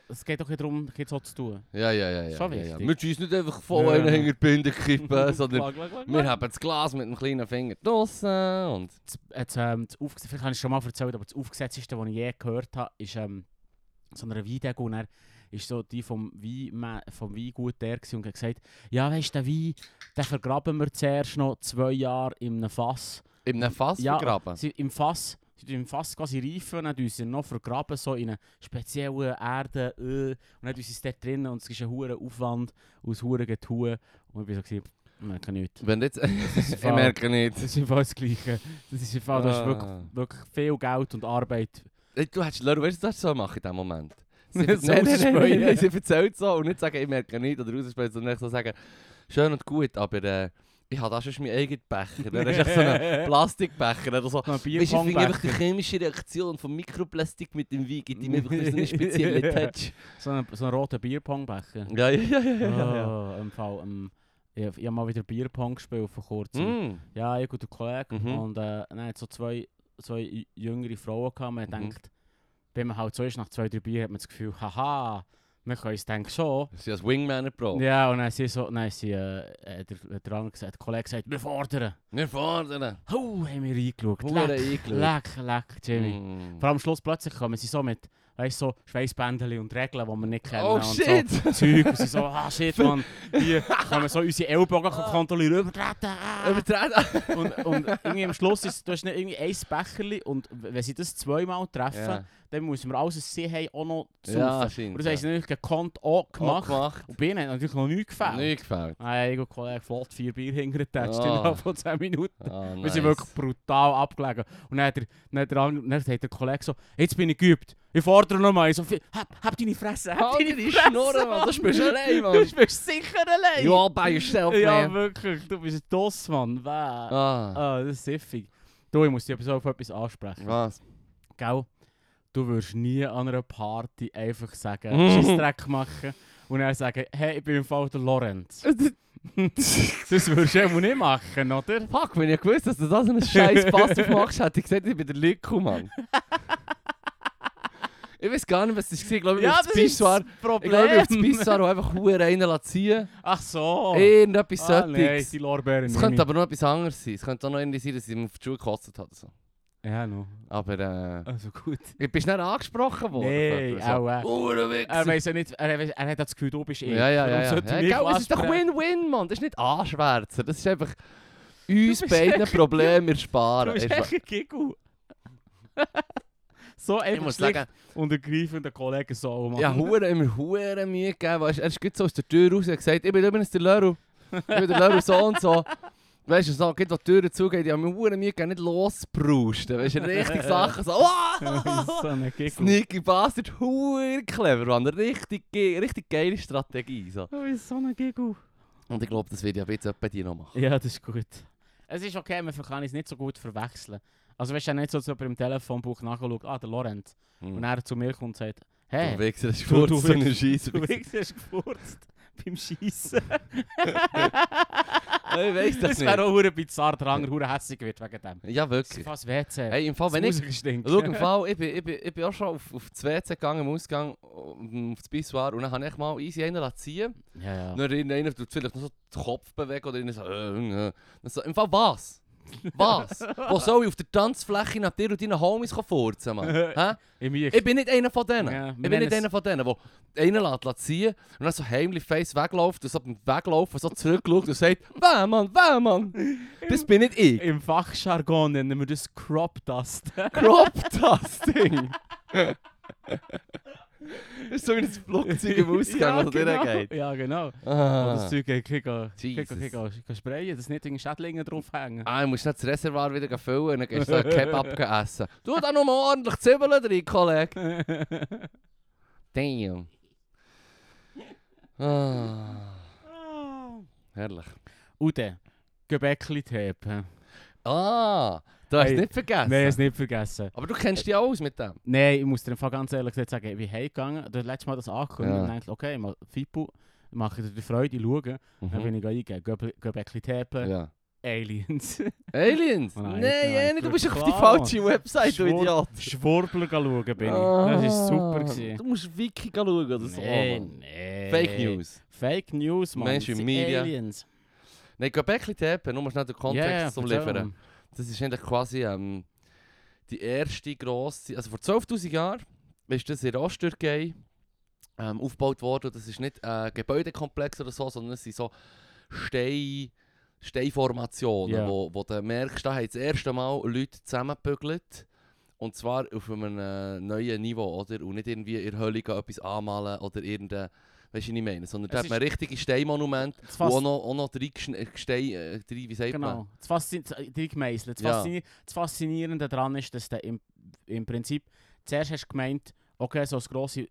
S2: Es geht doch nicht darum, hier so zu tun.
S1: ja, ja, ja. ja,
S2: Schon
S1: ja, ja.
S2: wichtig.
S1: Wir schiessen nicht einfach voll
S2: Ja,
S1: einen
S2: ja.
S1: hinter die Binde kippen, sondern
S2: Klag, klag, klag,
S1: wir
S2: klag.
S1: haben das Glas mit einem kleinen Finger draussen und...
S2: Das- jetzt, ähm, das Aufges- vielleicht habe ich es schon mal erzählt, aber das Aufgesetzteste, was ich je gehört habe, ist ähm, so eine Weindecke und er ist so die vom Wein, vom Weingut der gewesen und hat gesagt, ja weisst du, den Wein, den vergraben wir zuerst noch zwei Jahre in einem Fass
S1: In einem Fass
S2: Ja.
S1: vergraben.
S2: Sie im Fass, sie tun im Fass quasi reifen und dann tun sie ihn noch vergraben, so in eine spezielle Erde. Äh, und dann tun sie es dort drinnen und es ist ein hoher Aufwand aus hohen Getue. Und ich bin so, gewesen, ich merke nichts.
S1: Wenn jetzt... ich
S2: Fall-
S1: merke nicht.
S2: Das ist im Fall das Gleiche. Das ist im Fall, da ist wirklich,
S1: Ah.
S2: wirklich viel Geld und Arbeit.
S1: Ey, Äh, Du hättest Leru, weißt du, das so machen in diesem Moment. Sie
S2: Nicht so
S1: nein, nein, nein, nein,
S2: aussprechen.
S1: nein, sie erzählt so und nicht sagen, ich merke nicht oder rausspielen, sondern echt so sagen, schön und gut, aber äh, ich habe da schon meinen eigenen Becher. Dann hast du echt so einen Plastikbecher oder so.
S2: Noch ein
S1: Weißt du, ich finde einfach die
S2: Bierpongbecher.
S1: chemische Reaktion von Mikroplastik mit dem Wein gibt ihm einfach so einen speziellen Touch.
S2: So einen, so einen roten Bierpongbecher.
S1: Ja, ja, ja, ja. ja, ja.
S2: Oh, im Fall, ähm, ich habe mal wieder Bierpong gespielt vor kurzem.
S1: Mm.
S2: Ja, ich und der Kollege.
S1: Mhm.
S2: Und äh, dann hat so zwei, zwei j- jüngere Frauen gehabt. Man
S1: Mhm.
S2: denkt, wenn man halt so ist, nach zwei, drei Bier, hat man das Gefühl, haha, wir können es denken schon.
S1: Das ist ja das Wingman Pro.
S2: Ja, und dann sind so, dann sind, äh, äh, der, der, andere gesagt, der Kollege gesagt, wir fordern.
S1: Wir fordern.
S2: Hau, haben wir reingeschaut.
S1: Hure
S2: Leck,
S1: reingeschaut.
S2: leck, leck, Jimmy.
S1: Mm.
S2: Vor allem am Schluss plötzlich kommen sie so mit, weißt so Schweißbändchen und Regeln, die wir nicht kennen.
S1: Oh
S2: und
S1: shit!
S2: So. Zeug, und sie so, ah shit, man, hier können wir so unsere Ellbogen
S1: Ah.
S2: kontrollieren, übertreten, ah.
S1: Übertreten.
S2: und, und irgendwie am Schluss ist, du hast nicht irgendwie ein Becherli und w- wenn sie das zweimal treffen,
S1: Ja,
S2: dann müssen wir alles, was sie haben, auch noch saufen.
S1: ja
S2: und
S1: scheint.
S2: das haben sie natürlich gekonnt auch
S1: Auch
S2: gemacht.
S1: gemacht.
S2: Und bei ihnen hat natürlich noch nichts gefällt.
S1: Nicht gefällt.
S2: Nein, ich und Kollege flott vier Bier hintergetatscht
S1: Ah.
S2: innerhalb von 10 Minuten.
S1: Ah,
S2: Wir
S1: nice.
S2: sind wirklich brutal abgelegen. Und dann hat, der, dann, hat der, andere- dann hat der Kollege so, jetzt bin ich geübt, ich fordere nochmal. So, hab, hab deine Fresse, hab
S1: Halt
S2: deine
S1: die
S2: Fresse.
S1: Schnurren, Mann, sonst bist du allein, Mann.
S2: Du bist sicher allein.
S1: You all by yourself,
S2: ja,
S1: man.
S2: wirklich, du bist ein Doss, Mann. Wow.
S1: Ah,
S2: Ah, das ist siffig. Du, ich muss dich aber so auf etwas ansprechen.
S1: was?
S2: Gell? Du würdest nie an einer Party einfach sagen,
S1: Mhm.
S2: Schissdreck machen und dann sagen, hey, ich bin im Fall der Lorenz. das würdest du eben nicht machen, oder?
S1: Fuck, wenn ich gewusst dass du da so einen scheiß Pass aufmachst, hätte ich gesagt, ich bin der Lyko, Mann. ich weiß gar nicht, was das war. Ich glaube, ich bin auf das Pissoir. Ich
S2: Problem.
S1: glaube, ich bin auf das Pissoir, wo einfach Huren einen ziehen
S2: Ach so.
S1: lässt. Irgendetwas
S2: ah, nein,
S1: Solches.
S2: die Lorbeeren
S1: Es könnte aber noch etwas anderes sein. Es könnte auch noch irgendwie sein, dass ich ihm auf die Schuhe gekotzt habe. oder So.
S2: Ja, no.
S1: Aber äh,
S2: Also gut.
S1: ich bist nicht angesprochen worden.
S2: Nein, auch äh, Er
S1: Hurenwichser.
S2: weiß ja nicht, er, weiss, er hat das Gefühl, du bist ich.
S1: Oh, Ja, ja, ja.
S2: Warum
S1: ja.
S2: sollte
S1: ja
S2: mich
S1: gell, es ist doch
S2: ansprechen?
S1: Win-Win, Mann. Das ist nicht anschwärzen. Das ist einfach
S2: bist
S1: uns beiden
S2: echt-
S1: Probleme ersparen.
S2: Du bist
S1: Erspar-
S2: echt ein Giggle. so
S1: Ich
S2: einfach
S1: muss
S2: schlicht
S1: sagen,
S2: und ergreifend den Kollegen so machen.
S1: ja, Huren immer Huren Mühe gegeben. Weißt, du, er ist gut so aus der Tür raus und gesagt, ich bin übrigens der Leru. Ich bin der Leru so und so. Weißt du, so, geht, wo die Türen zugeht, ich habe mir Huren Mühe gegeben, nicht losbrusten. Weißt du, richtig Sachen so. wow!
S2: so ein Giggle.
S1: Sneaky Bastard, Huren clever, Mann. Richtig, ge- richtig geile Strategie. So.
S2: Du bist so ein Giggle.
S1: Und ich glaube, das wird ja jetzt etwa die noch machen.
S2: Ja, das ist gut. Es ist okay, man kann es nicht so gut verwechseln. Also weißt du ja nicht so, dass jemand im Telefonbuch nachschaut, ah, der Lorenz. Und
S1: Hm.
S2: er zu mir kommt und sagt,
S1: Du
S2: hey,
S1: Wichser, das ist
S2: Du-
S1: Furz,
S2: du
S1: so eine
S2: Wichser.
S1: Scheisse.
S2: du Wichser hast gefurzt beim Schiessen.
S1: Hey, weiss doch
S2: das wäre
S1: nicht.
S2: auch hure bizarr, der andere hure hässig wird wegen dem.
S1: Ja,
S2: Das ist
S1: wirklich.
S2: fast WC.
S1: Hey, im Fall, wenn ich...
S2: ich...
S1: Schau, im Fall, ich bin, ich, bin, ich bin auch schon auf, auf das WC gegangen, im Ausgang, um- auf das Pissoir, und dann habe ich mal easy einen lassen ziehen
S2: Ja, ja.
S1: Dann erinnert einer, tut vielleicht noch so den Kopf bewegen oder irgendwie so... Äh, äh. Dann so, Im Fall, was? Was? Wo soll ich auf der Tanzfläche nach dir und deinen Homies kommen furzen, Mann? Hä?
S2: In mir.
S1: Ich bin nicht einer von denen.
S2: Ja, wir
S1: ich bin
S2: nennen
S1: nicht
S2: es-
S1: einer von denen, der einen lässt, lässt ziehen und dann so heimlich face wegläuft und so beim Weglaufen so zurückschaut und sagt «Wer, Mann? Wer, Mann?» Das bin nicht ich.
S2: Im Fachjargon nennen wir das dus Crop Dust.
S1: Crop Dusting. das ist so wie ein Flugzeug im Ausgang,
S2: ja,
S1: was genau.
S2: genau.
S1: geht.
S2: Ja, genau. Und das
S1: Ah.
S2: Zeug kann kann-
S1: Jesus.
S2: kann- kann- kann sprayen, dass nicht irgendwelche Schädlinge draufhängen.
S1: Ah, du musst nicht das Reservoir wieder füllen und dann gehst du so einen Kebab essen. Du, da noch mal ordentlich Zwiebeln rein, Kollege. Damn. Ah, herrlich.
S2: Und dann, Gebäckli-Tape.
S1: Ah, du hast
S2: Hey,
S1: nicht vergessen.
S2: Nein, es nicht vergessen.
S1: Aber du kennst dich aus mit dem.
S2: Nein, ich muss dir im Fall ganz ehrlich gesagt sagen, ich bin heimgegangen, das letzte Mal das angekündigt
S1: Ja.
S2: und dachte, okay, mal Fipu, mache dir die Freude, schauen. Dann bin ich eingegeben, Göbel- Göbäckli-Tape,
S1: Mhm. Ja.
S2: Aliens.
S1: Aliens?
S2: Nein,
S1: Nein,
S2: nein,
S1: eh nicht. du
S2: klar,
S1: bist auf die
S2: Mann.
S1: falsche Website, du
S2: Schwur-
S1: Idiot.
S2: Schwurbler schauen bin ich. Das
S1: Ah,
S2: war super. Gewesen.
S1: Du musst Wiki schauen oder so. Mann.
S2: nee.
S1: Fake News.
S2: Fake News, man.
S1: Mainstream Media.
S2: Aliens.
S1: Nein, geh back ein tappen, nur mal schnell den Kontext
S2: Ja, ja,
S1: zum
S2: erzähl
S1: liefern.
S2: mal.
S1: Das ist eigentlich quasi ähm, die erste grosse, also vor 12'000 Jahren ist das in Osttürkei ähm, aufgebaut worden. Das ist nicht ein Gebäudekomplex oder so, sondern es sind so Steine, Steinformationen,
S2: Ja.
S1: wo, wo du merkst, da haben das erste Mal Leute zusammengebügelt. Und zwar auf einem äh, neuen Niveau, oder? Und nicht irgendwie in der Hölle gehen etwas anmalen oder irgendein, weißt du, was ich meine? Sondern da
S3: Es
S1: hat man richtige Steinmonumente,
S2: Das
S1: wo auch
S2: Fas
S1: noch, auch noch drei, Gestein, äh, Gestein- äh, drei, wie sagt man?
S2: genau. Das, Faszi die Gemeißel. Das,
S1: Ja.
S2: Faszini das Faszinierende daran ist, dass du im, im Prinzip zuerst hast du gemeint, okay, so eine grosse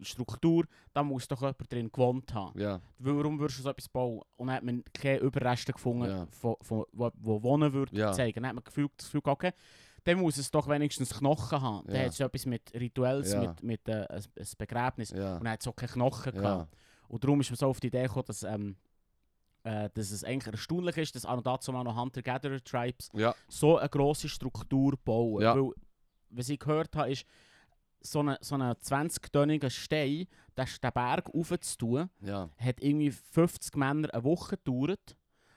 S2: Struktur, da muss doch jemand drin gewohnt haben.
S1: Ja,
S2: Warum würdest du so etwas bauen? Und dann hat man keine Überreste gefunden,
S1: Ja.
S2: von, von, wo, wo wohnen würde,
S1: Ja.
S2: zeigen. Dann hat man gefühlt, das Gefühl, gehabt, okay, dann muss es doch wenigstens Knochen haben. Dann
S1: Ja.
S2: hat es etwas mit Rituelles,
S1: Ja.
S2: mit, mit äh, ein ein Begräbnis.
S1: ja,
S2: Und dann hat es auch keine Knochen
S1: ja,
S2: gehabt. Und darum ist man so auf die Idee gekommen, dass, ähm, äh, dass es eigentlich erstaunlich ist, dass an und dazu mal noch Hunter-Gatherer-Tribes
S1: ja,
S2: so eine grosse Struktur bauen.
S1: Ja.
S2: Weil, was ich gehört habe, ist, so einen so eine 20-tönnigen Stein, den den Berg aufzutun,
S1: ja.
S2: hat irgendwie 50 Männer eine Woche gedauert.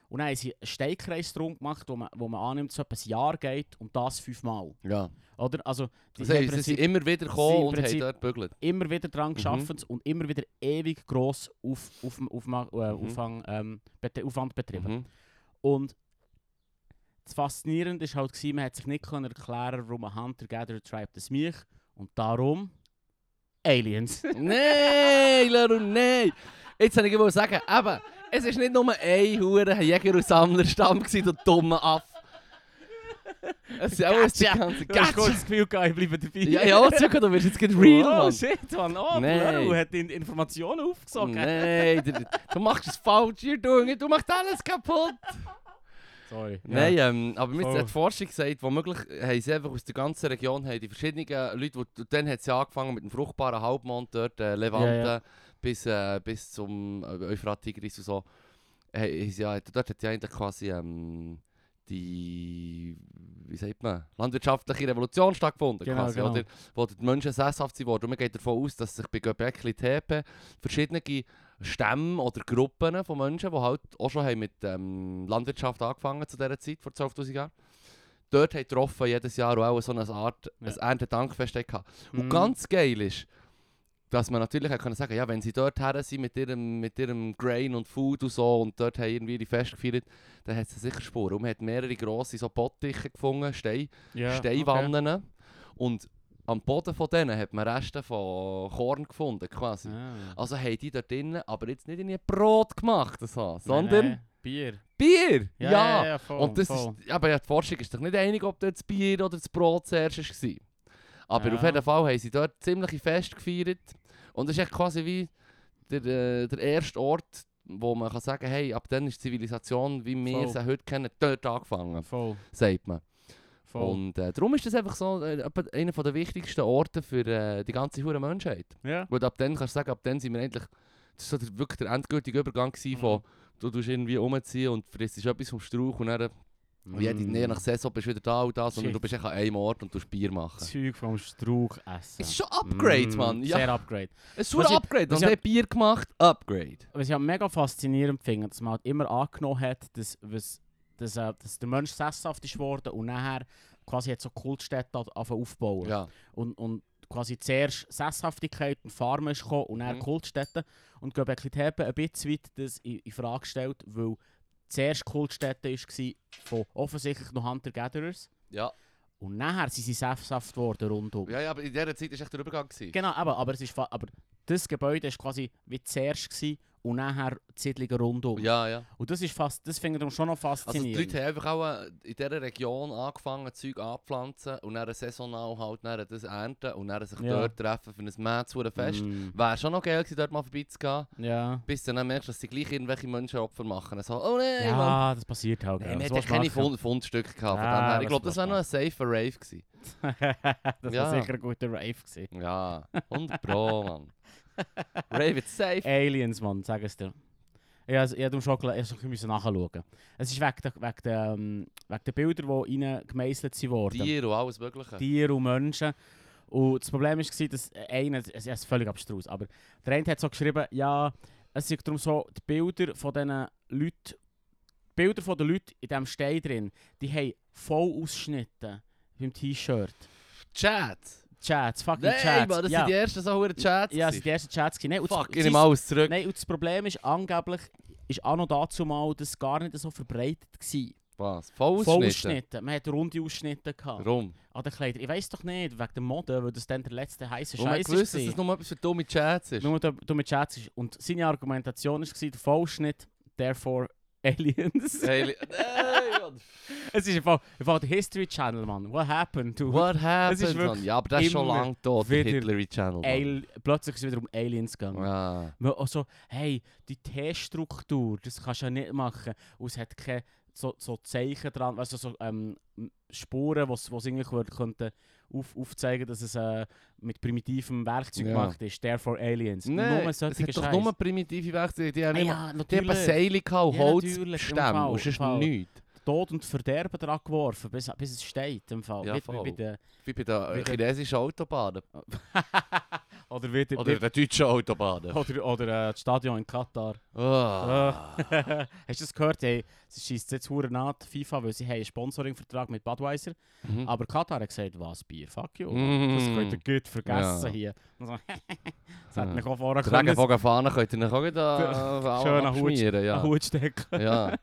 S2: Und dann haben sie einen Steinkreis drum gemacht, wo man, wo man annimmt, dass es etwa ein Jahr geht und das fünfmal.
S1: ja.
S2: Oder? Also, die
S1: Das
S2: haben im
S1: heisst, sie sind
S2: Prinzip
S1: immer wieder
S2: sie im
S1: gekommen und haben
S2: Prinzip-
S1: dort gebügelt.
S2: immer wieder dran
S1: Mhm.
S2: geschaffen und immer wieder ewig gross auf, auf, auf, äh,
S1: Mhm.
S2: Aufwand, ähm, bet- Aufwand betrieben.
S1: Mhm.
S2: Und das Faszinierende war halt, gewesen, man hat sich nicht können erklären warum ein Hunter-Gatherer-Tribe das mich und darum Aliens.
S1: Nein, Leru, nein! Jetzt wollte ich wohl sagen, eben, es war nicht nur ein hure Jäger- und Sammlerstamm, gewesen, du dummer Affe. Es ist auch alles die
S2: Gotcha.
S1: ganze
S2: Du hast kurz
S1: Gatsch.
S2: das Gefühl gehabt, ich bleibe dabei.
S1: Ja, ja, Zucker, du wirst jetzt gerade real,
S2: oh,
S1: Mann.
S2: shit, Mann. Oh,
S1: Nein.
S2: Blue hat in Informationen aufgesagt.
S1: Nein, du, du machst es falsch, ihr Dunge, du machst alles kaputt.
S2: Sorry.
S1: Nein, ähm, aber mir
S3: Voll.
S1: hat die Forschung gesagt, womöglich haben sie einfach aus der ganzen Region haben die verschiedenen Leute, wo, und dann hat es ja angefangen mit dem fruchtbaren Halbmond dort, äh, Levante,
S2: Ja, ja.
S1: Bis, äh, bis zum äh, Euphrat, Tigris und so. Hey, ist ja, dort hat ja eigentlich quasi ähm, die, wie sagt man, landwirtschaftliche Revolution stattgefunden.
S2: Genau,
S1: quasi,
S2: genau.
S1: Oder, wo die Menschen sesshaft sind worden. Und man geht davon aus, dass sich bei Göbekli Tepe verschiedene Stämme oder Gruppen von Menschen, die halt auch schon haben mit ähm, Landwirtschaft angefangen zu dieser Zeit, vor 12'000 Jahren, dort haben getroffen, jedes Jahr und auch so eine Art
S2: Ja.
S1: ein Erntedankfest hatten. Und
S2: Mhm.
S1: ganz geil ist, dass man natürlich auch können sagen ja, wenn sie dort her sind mit ihrem, mit ihrem Grain und Food und so und dort haben irgendwie die Fest gefeiert, dann hat es sicher Spuren. Und man hat mehrere grosse so Bottiche gefunden, Steine.
S3: Ja,
S1: Steinwannen. Und am Boden von denen hat man Reste von Korn gefunden, quasi.
S2: Ah.
S1: Also haben die dort drinnen, aber jetzt nicht in ihr Brot gemacht, das haben, sondern
S2: Nein, nein. Bier.
S1: Bier! Ja!
S2: Ja, ja, ja, voll,
S1: Und
S3: Oh,
S1: das
S2: voll.
S1: ist, aber ja, die Forschung ist doch nicht einig, ob dort das Bier oder das Brot zuerst war. Aber
S2: Ja.
S1: auf jeden Fall haben sie dort ziemliche Fest gefeiert. Und das ist echt quasi wie der, äh, der erste Ort, wo man kann sagen hey, ab dann ist die Zivilisation, wie wir
S3: Voll.
S1: sie heute kennen, dort angefangen,
S3: Voll,
S1: sagt man.
S3: voll.
S1: Und äh, darum ist das einfach so äh, etwa einer der wichtigsten Orte für äh, die ganze hure Menschheit.
S3: ja.
S1: Weil ab dann kannst du sagen, ab dann sind wir endlich. Das war so der, wirklich der endgültige Übergang gewesen
S3: Mhm.
S1: von du tust irgendwie rumziehen und frisst etwas vom Strauch und dann mm. jede, je nach Saison bist du wieder da und da, sondern
S2: Shit.
S1: du bist echt an einem Ort und tust Bier machen.
S2: Zeug vom Strauch essen.
S1: Es ist schon Upgrade,
S2: Mm,
S1: Mann. Ja,
S2: Sehr Upgrade.
S1: es ist
S2: Was
S1: schon
S2: ich-
S1: Upgrade.
S2: was
S1: Und
S2: ich-
S1: der Bier gemacht, Upgrade.
S2: Was ich auch mega faszinierend finde, dass man halt immer angenommen hat, dass, was, dass, äh, dass der Mensch sesshaft ist worden und nachher quasi hat so Kultstädte an- angefangen aufzubauen.
S1: Ja,
S2: Und, und quasi zuerst Sesshaftigkeit und Farmen ist gekommen und dann
S1: Mhm.
S2: Kultstädte. Und Göbekli Tepe ein bisschen weit das in, in Frage gestellt, weil zuerst Kultstädte war von offensichtlich noch Hunter-Gatherers
S1: ja.
S2: und nachher sind sie sesshaft geworden rundum.
S1: Ja, ja, aber in dieser Zeit war echt der Übergang. Gewesen.
S2: Genau, aber, aber, es ist, fa- aber das Gebäude war quasi wie zuerst gewesen und nachher die Siedlungen rundum.
S1: Ja, ja.
S2: Und das ist fast, das finde ich schon noch
S1: Also die
S2: faszinierend.
S1: Leute haben einfach auch äh, in dieser Region angefangen, Zeug anzupflanzen und dann saisonal halt dann das ernten und dann sich
S2: Ja.
S1: dort treffen für ein Mähzuhrenfest.
S2: Mm.
S1: Wäre schon noch geil gewesen, dort mal vorbeizugehen.
S2: Ja.
S1: Bis du dann merkst, dass die gleich irgendwelche Menschen Opfer machen. So, oh nein, Mann.
S2: ja, das passiert halt.
S1: Nein,
S2: gell.
S1: wir
S2: Was
S1: hatten
S2: willst du
S1: keine
S2: machen?
S1: Fund Fundstücke gehabt. von
S2: Ja,
S1: dem her.
S2: was
S1: Ich glaube, das
S2: willst
S1: wäre
S2: du
S1: noch ein safer Rave gewesen.
S2: das
S1: Ja.
S2: war sicher ein guter Rave. Gewesen.
S1: Ja, 100 Pro, Mann. Rave ist safe.
S2: Aliens, Mann, sag es dir. Ja, also, ich musste schon gel- erst noch ein bisschen nachschauen. Es ist wegen der, wegen der, ähm, wegen der Bilder, die reingemeißelt wurden.
S1: Tier und alles Mögliche.
S2: Tiere und Menschen. Und das Problem war, dass einer, es es ist völlig abstrus, aber der eine hat so geschrieben, ja, es sind darum so, die Bilder von diesen Leuten, die Bilder von den Leuten in diesem Stein drin, die haben voll ausgeschnitten beim T-Shirt.
S1: Chat.
S2: Chats, fucking
S1: Nein,
S2: Chats.
S1: Mann, das
S2: ja,
S1: sind die ersten so hohen Chats.
S2: ja, das sind die
S1: gewesen.
S2: ersten Chats. gewesen. Nein, und das-
S1: Fuck, ich
S2: sein-
S1: nehme alles zurück.
S2: Nein, und das Problem ist angeblich, ist auch noch dazu mal das gar nicht so verbreitet gewesen.
S1: Was? Vollausschnitten?
S2: Vollausschnitte. Man hat runde Ausschnitte gehabt.
S1: Warum?
S2: An den Kleidern. Ah, Ich weiß doch nicht, wegen der Mode, weil das dann der letzte heiße
S1: Weil man
S2: Scheiß
S1: gewusst, dass es nur etwas für dumme Chats ist.
S2: Nur da- du mit Scherz ist. Und seine Argumentation war, der Vollschnitt, therefore Aliens.
S1: Hey, nein,
S2: es ist einfach, einfach der History Channel, Mann. What happened to
S1: what
S2: Es ist
S1: happened?
S2: wirklich
S1: Mann? Ja, aber das ist schon
S2: immer
S1: lange tot, der
S2: wieder
S1: Hitlery Channel. Mann.
S2: Al Plötzlich ist es wieder um Aliens gegangen.
S1: Ja.
S2: Weil auch so, hey, die T-Struktur, das kannst du ja nicht machen. Und es hat keine so, so Zeichen dran, weißt du, so ähm, Spuren, die irgendwie würd- könnten auf, aufzeigen, dass es äh, mit primitivem Werkzeug
S1: Ja.
S2: gemacht ist. Therefore Aliens.
S1: Nein,
S2: Nur
S1: es hat
S2: solche
S1: doch
S2: Scheiß.
S1: nur primitive Werkzeuge. Die haben
S2: ah,
S1: immer
S2: ja,
S1: Die haben
S2: natürlich.
S1: eine Seile gehabt,
S2: Ja, natürlich, im
S1: Holzstämme
S2: Fall,
S1: und sonst
S2: im Fall.
S1: nichts.
S2: Tod und Verderben dran geworfen, bis, bis es steht. Im Fall.
S1: Ja,
S2: Wie- wie
S1: voll.
S2: bei den-
S1: Wie bei den
S2: Wieder-
S1: chinesischen Autobahnen.
S2: oder wie die-
S1: Oder den deutschen Autobahnen.
S2: oder, oder äh, das Stadion in Katar.
S1: Ah.
S2: Hast du das gehört? Hey, sie schießt jetzt hure nach die FIFA, weil sie haben einen Sponsoringvertrag mit Budweiser.
S1: Mhm.
S2: Aber Katar hat gesagt, was Bier, fuck you.
S1: Mm.
S2: Das könnt ihr gut vergessen
S1: Ja.
S2: hier. Und so, das
S1: Ja.
S2: hat mich auch vorher
S1: Die
S2: können.
S1: Regenbogenfahnen könnt ihr euch auch da
S2: Schön nach Hut-
S1: abschmieren.
S2: Einen
S1: Ja.
S2: Hut stecken.
S1: Ja.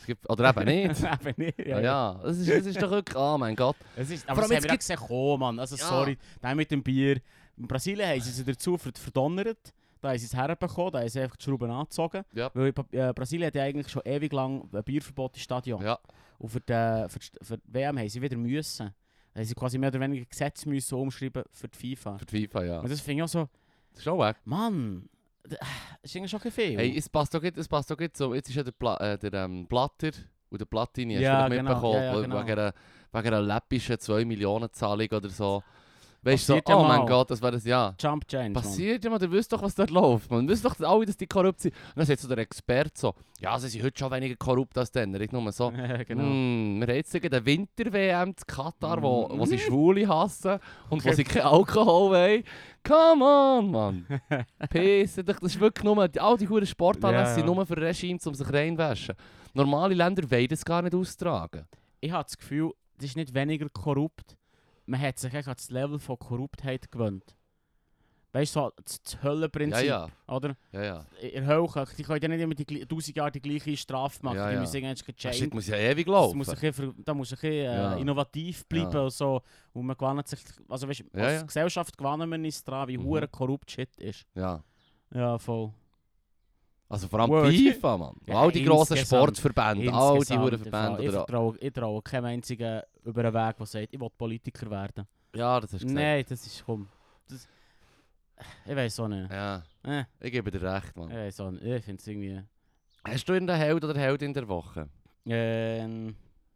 S1: Es gibt, oder eben nicht.
S2: Eben nicht,
S1: Ja,
S2: ja,
S1: ja. Das, ist, das ist doch wirklich... Ah, mein Gott.
S2: Es ist,
S1: Vor
S2: aber das
S1: allem
S2: haben wir ja gesehen, oh Mann, also
S1: Ja.
S2: sorry, nein mit dem Bier. In Brasilien haben sie sie dazu verd- verdonnert, da haben sie es herbekommen, da haben sie einfach die Schrauben angezogen.
S1: Ja.
S2: Weil in Pa- äh, Brasilien hat ja eigentlich schon ewig lang ein Bierverbot im Stadion.
S1: Ja.
S2: Und für die, für, die, für die WM haben sie wieder müssen. Da haben sie quasi mehr oder weniger Gesetze müssen umschreiben für die FIFA.
S1: Für die FIFA, ja.
S2: Und das finde ich auch so,
S1: Das ist auch weg.
S2: Mann, d- das ist eigentlich schon kein viel.
S1: Hey, es passt doch nicht, es passt doch nicht so. Jetzt ist ja der, Pla äh, der ähm, Blatter und der Platini, hast
S2: Ja,
S1: du vielleicht
S2: genau.
S1: mitbekommen,
S2: Ja, ja,
S1: we-
S2: genau.
S1: wegen einer, wegen einer läppischen 2-Millionen-Zahlung oder so. Weißt du, so,
S2: Passiert ja
S1: oh mein
S2: mal.
S1: Gott, das wäre das, ja.
S2: Jump Change, Mann.
S1: Passiert ja mal, ihr wisst doch, was dort läuft. Man wisst doch alle, dass die korrupt sind. Und dann sagt so der Experte so, ja, sie sind heute schon weniger korrupt als dann. Ich nur so,
S2: genau.
S1: «Hm, wir haben jetzt gegen den Winter-WM zu Katar, wo, wo sie
S2: Mhm.
S1: Schwule hassen und wo sie keinen Alkohol wollen. Come on, Mann! Pisse dich, das ist wirklich nur, die- all die huren Sportanlässe
S2: Ja,
S1: sind
S2: ja.
S1: nur für Regime, um sich reinwaschen. Normale Länder wollen das gar nicht austragen.
S2: ich habe das Gefühl, das ist nicht weniger korrupt. Man hat sich echt an das Level von Korruptheit gewöhnt. Weißt du, so das, das
S1: Ja,
S2: Höllenprinzip,
S1: ja,
S2: oder?
S1: ja, ja.
S2: In der Hölle, die können ja nicht immer die gli- 1000 Jahre die gleiche Strafe machen,
S1: Ja,
S2: die
S1: ja.
S2: müssen irgendwann
S1: Das shit
S2: gechained.
S1: muss ja ewig
S2: Das
S1: laufen.
S2: muss ein bisschen, ver- da muss ein bisschen äh,
S1: Ja.
S2: innovativ bleiben
S1: Ja.
S2: und so. Und man gewöhnt sich, also weißt, du,
S1: Ja,
S2: als
S1: ja.
S2: Gesellschaft gewöhnen wir uns daran, wie
S1: Mhm.
S2: hure korrupt Shit ist.
S1: Ja.
S2: Ja, voll.
S1: Also vor allem
S2: Word.
S1: die FIFA, Mann.
S2: Ja,
S1: all die grossen
S2: insgesamt.
S1: Sportverbände, all die
S2: Insgesamt,
S1: huren
S2: im Fall.
S1: Verbände.
S2: Ich
S1: Oder,
S2: vertraue, ich traue keinem einzigen über den Weg, der sagt, ich will Politiker werden.
S1: ja, das hast du gesagt.
S2: Nein, das ist komm. Das, ich weiß auch nicht.
S1: Ja,
S2: Äh,
S1: ich gebe dir recht,
S2: ich
S1: Mann.
S2: weiß auch nicht. Ich finde es irgendwie.
S1: Hast du in der Held oder Held in der Woche?
S2: Ähm,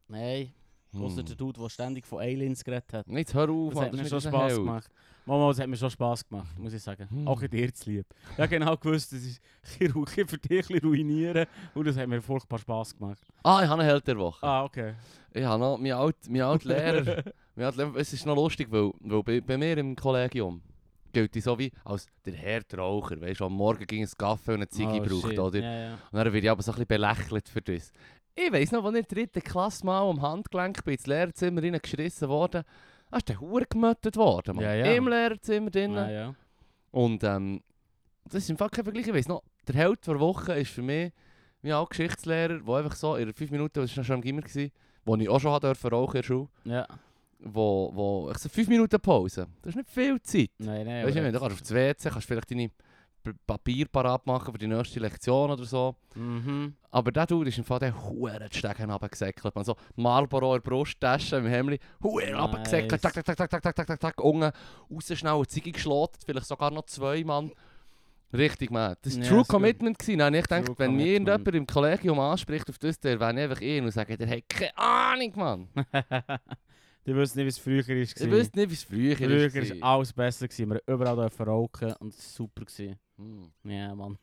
S2: nein,
S1: Hm.
S2: außer der Dude, der ständig von Aliens geredet hat.
S1: Jetzt hör auf,
S2: Das hat mir schon Spass gemacht. Mama, das hat mir schon Spass gemacht, muss ich sagen.
S1: Hm.
S2: Auch dir zu lieb. Ich habe genau gewusst, das ist Chirurgie für dich ein bisschen ruinieren und das hat mir furchtbar Spass gemacht.
S1: Ah, ich habe einen Held der Woche.
S2: Ah, okay.
S1: Ich habe noch, mein alter mein alt Lehrer, mein alt Lehrer, es ist noch lustig, weil, weil bei, bei mir im Kollegium gilt ich so wie als der Herdraucher, weißt du, am Morgen ging ein Kaffee und eine Ziege
S2: Oh,
S1: braucht,
S2: shit.
S1: oder?
S2: Ja, ja.
S1: Und dann werde ich aber so ein bisschen belächelt für das. Ich weiss noch, als ich in der dritten Klasse mal am Handgelenk bin, ins Lehrerzimmer reingeschissen worden, da ist der Hure gemötet worden, Mann.
S2: Ja, ja.
S1: Im Lehrerzimmer drin.
S2: Ja, ja.
S1: Und ähm, das ist im Fall kein Vergleich. Ich weiss noch, der Held der Woche ist für mich mein alter Geschichtslehrer, der einfach so in 5 Minuten, das war schon am Gimmer, gewesen, wo ich auch schon hatte dürfen rauchen in der Schule,
S2: ja.
S1: wo, wo ich so 5 Minuten Pause, das ist nicht viel Zeit.
S2: Nein, nein.
S1: weißt du,
S2: aber-
S1: wenn du kannst aufs WC, kannst vielleicht deine P- Papier parat machen für die nächste Lektion oder so.
S2: Mhm.
S1: Aber der Dude ist im Fall der Huren die Stegen runtergesäckelt. Man so Marlboro in der Brusttasche, im Hemd, Huren
S2: Nice.
S1: runtergesäckelt, tak, tak, tak, tak, tak, tak, tak, tak, tak, unten, raus schnell eine Ziege geschlotet, vielleicht sogar noch zwei Mann. Richtig, Mann. Das war
S2: Ja,
S1: True
S2: ist gut.
S1: Commitment. Gewesen. Dann habe ich gedacht,
S2: True
S1: wenn mir
S2: Commitment.
S1: irgendjemand im Kollegium anspricht auf das, dann wäre ich einfach ihn und sage, der hat keine Ahnung, Mann.
S2: Die wissen nicht, wie es früher ist.
S1: Ihr wisst nicht, wie es früher
S2: Früher
S1: ist.
S2: war alles besser, gewesen. wir haben überall dürfen rauchen und es war super. Gewesen.
S1: Hm.
S2: Ja, Mann.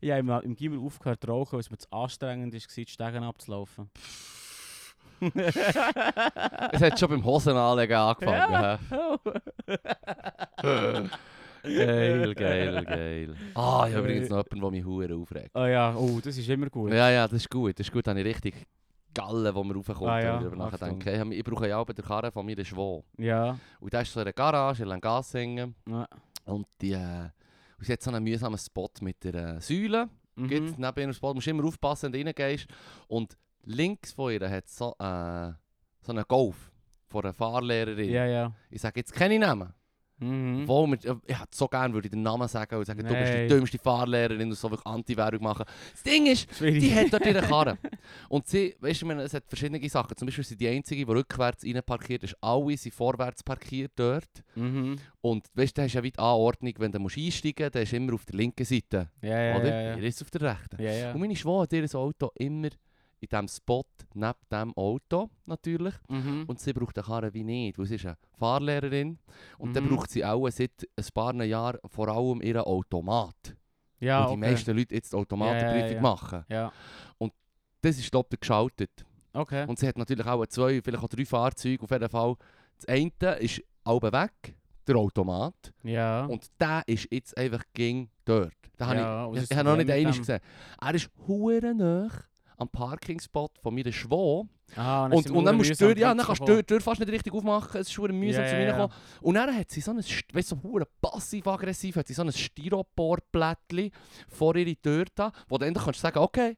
S2: ich habe im, im Gimmer aufgehört zu rauchen, weil es mir zu anstrengend war, die Stegen abzulaufen.
S1: Es hat schon beim Hosenanlegen angefangen. hä? geil, geil, geil. Ah, ich habe übrigens noch jemanden, der mich Huren aufregt.
S2: oh ja, oh, das ist immer gut.
S1: Ja, ja, das ist gut. Das ist gut, dann habe ich richtig Galle, wo mir raufkommt,
S2: Ah, ja.
S1: wenn ich darüber
S2: Achtung.
S1: nachdenke. Ich, hab- ich brauche ja auch bei der Karre von meiner Schwo.
S2: Ja.
S1: Und da ist so eine Garage in Langassingen.
S2: Ja.
S1: eh, Und die... Äh, und sie hat so einen mühsamen Spot mit der äh, Säule.
S2: Mhm.
S1: Gibt es neben ihrem Spot, musst immer aufpassen, wenn du reingehst. Und links von ihr hat so, äh, so einen Golf von einer Fahrlehrerin.
S2: Ja, ja.
S1: Ich sage jetzt keine Namen.
S2: Mhm.
S1: Obwohl, wir, ich hätte so gerne würde ich den Namen sagen und sagen, du bist die
S2: Nein.
S1: dümmste Fahrlehrerin und so wirklich Anti-Werbung machen. Das Ding ist,
S2: Schwierig.
S1: die hat dort ihre Karre. Und sie, weißt du, ich meine, es hat verschiedene Sachen. Zum Beispiel sind die einzige, die rückwärts rein parkiert ist. Alle sind vorwärts parkiert dort.
S2: Mhm.
S1: Und weißt du, da hast du ja weit Anordnung, wenn du musst einsteigen musst, dann ist immer auf der linken Seite.
S2: Ja, ja,
S1: oder?
S2: ja, ja.
S1: Hier ist es auf der rechten.
S2: Ja, ja.
S1: Und meine Schwester hat ihr Auto immer in diesem Spot, neben diesem Auto natürlich.
S2: Mhm.
S1: Und sie braucht den Karren wie nicht, weil sie ist eine Fahrlehrerin. Und dann
S2: Mhm.
S1: braucht sie auch seit ein paar Jahren vor allem ihren Automat. weil
S2: ja,
S1: die
S2: Ah, okay.
S1: meisten Leute jetzt die Automatenprüfung
S2: Ja, ja, ja.
S1: machen.
S2: Ja,
S1: Das ist doppelt geschaltet.
S2: okay.
S1: Und sie hat natürlich auch zwei, vielleicht auch drei Fahrzeuge. Auf jeden Fall, das eine ist alle weg, der Automat.
S2: ja.
S1: Und der ist jetzt einfach ging dort. Da habe
S2: Ah. ja,
S1: ich, ich habe noch nicht einmal gesehen. Er ist hure nah am Parkingspot von meiner Schwester.
S2: Ah,
S1: Und, und dann musst du die Tür, ja, dann kannst du die Tür fast nicht richtig aufmachen, es ist verdammt mühsam
S2: Ja,
S1: zu
S2: ja, ja.
S1: reinkommen. Und dann hat sie so ein, St- weißt du, so verdammt passiv-aggressiv, hat sie so ein Styroporplättchen vor ihre Tür da, wo du dann kannst sagen, okay,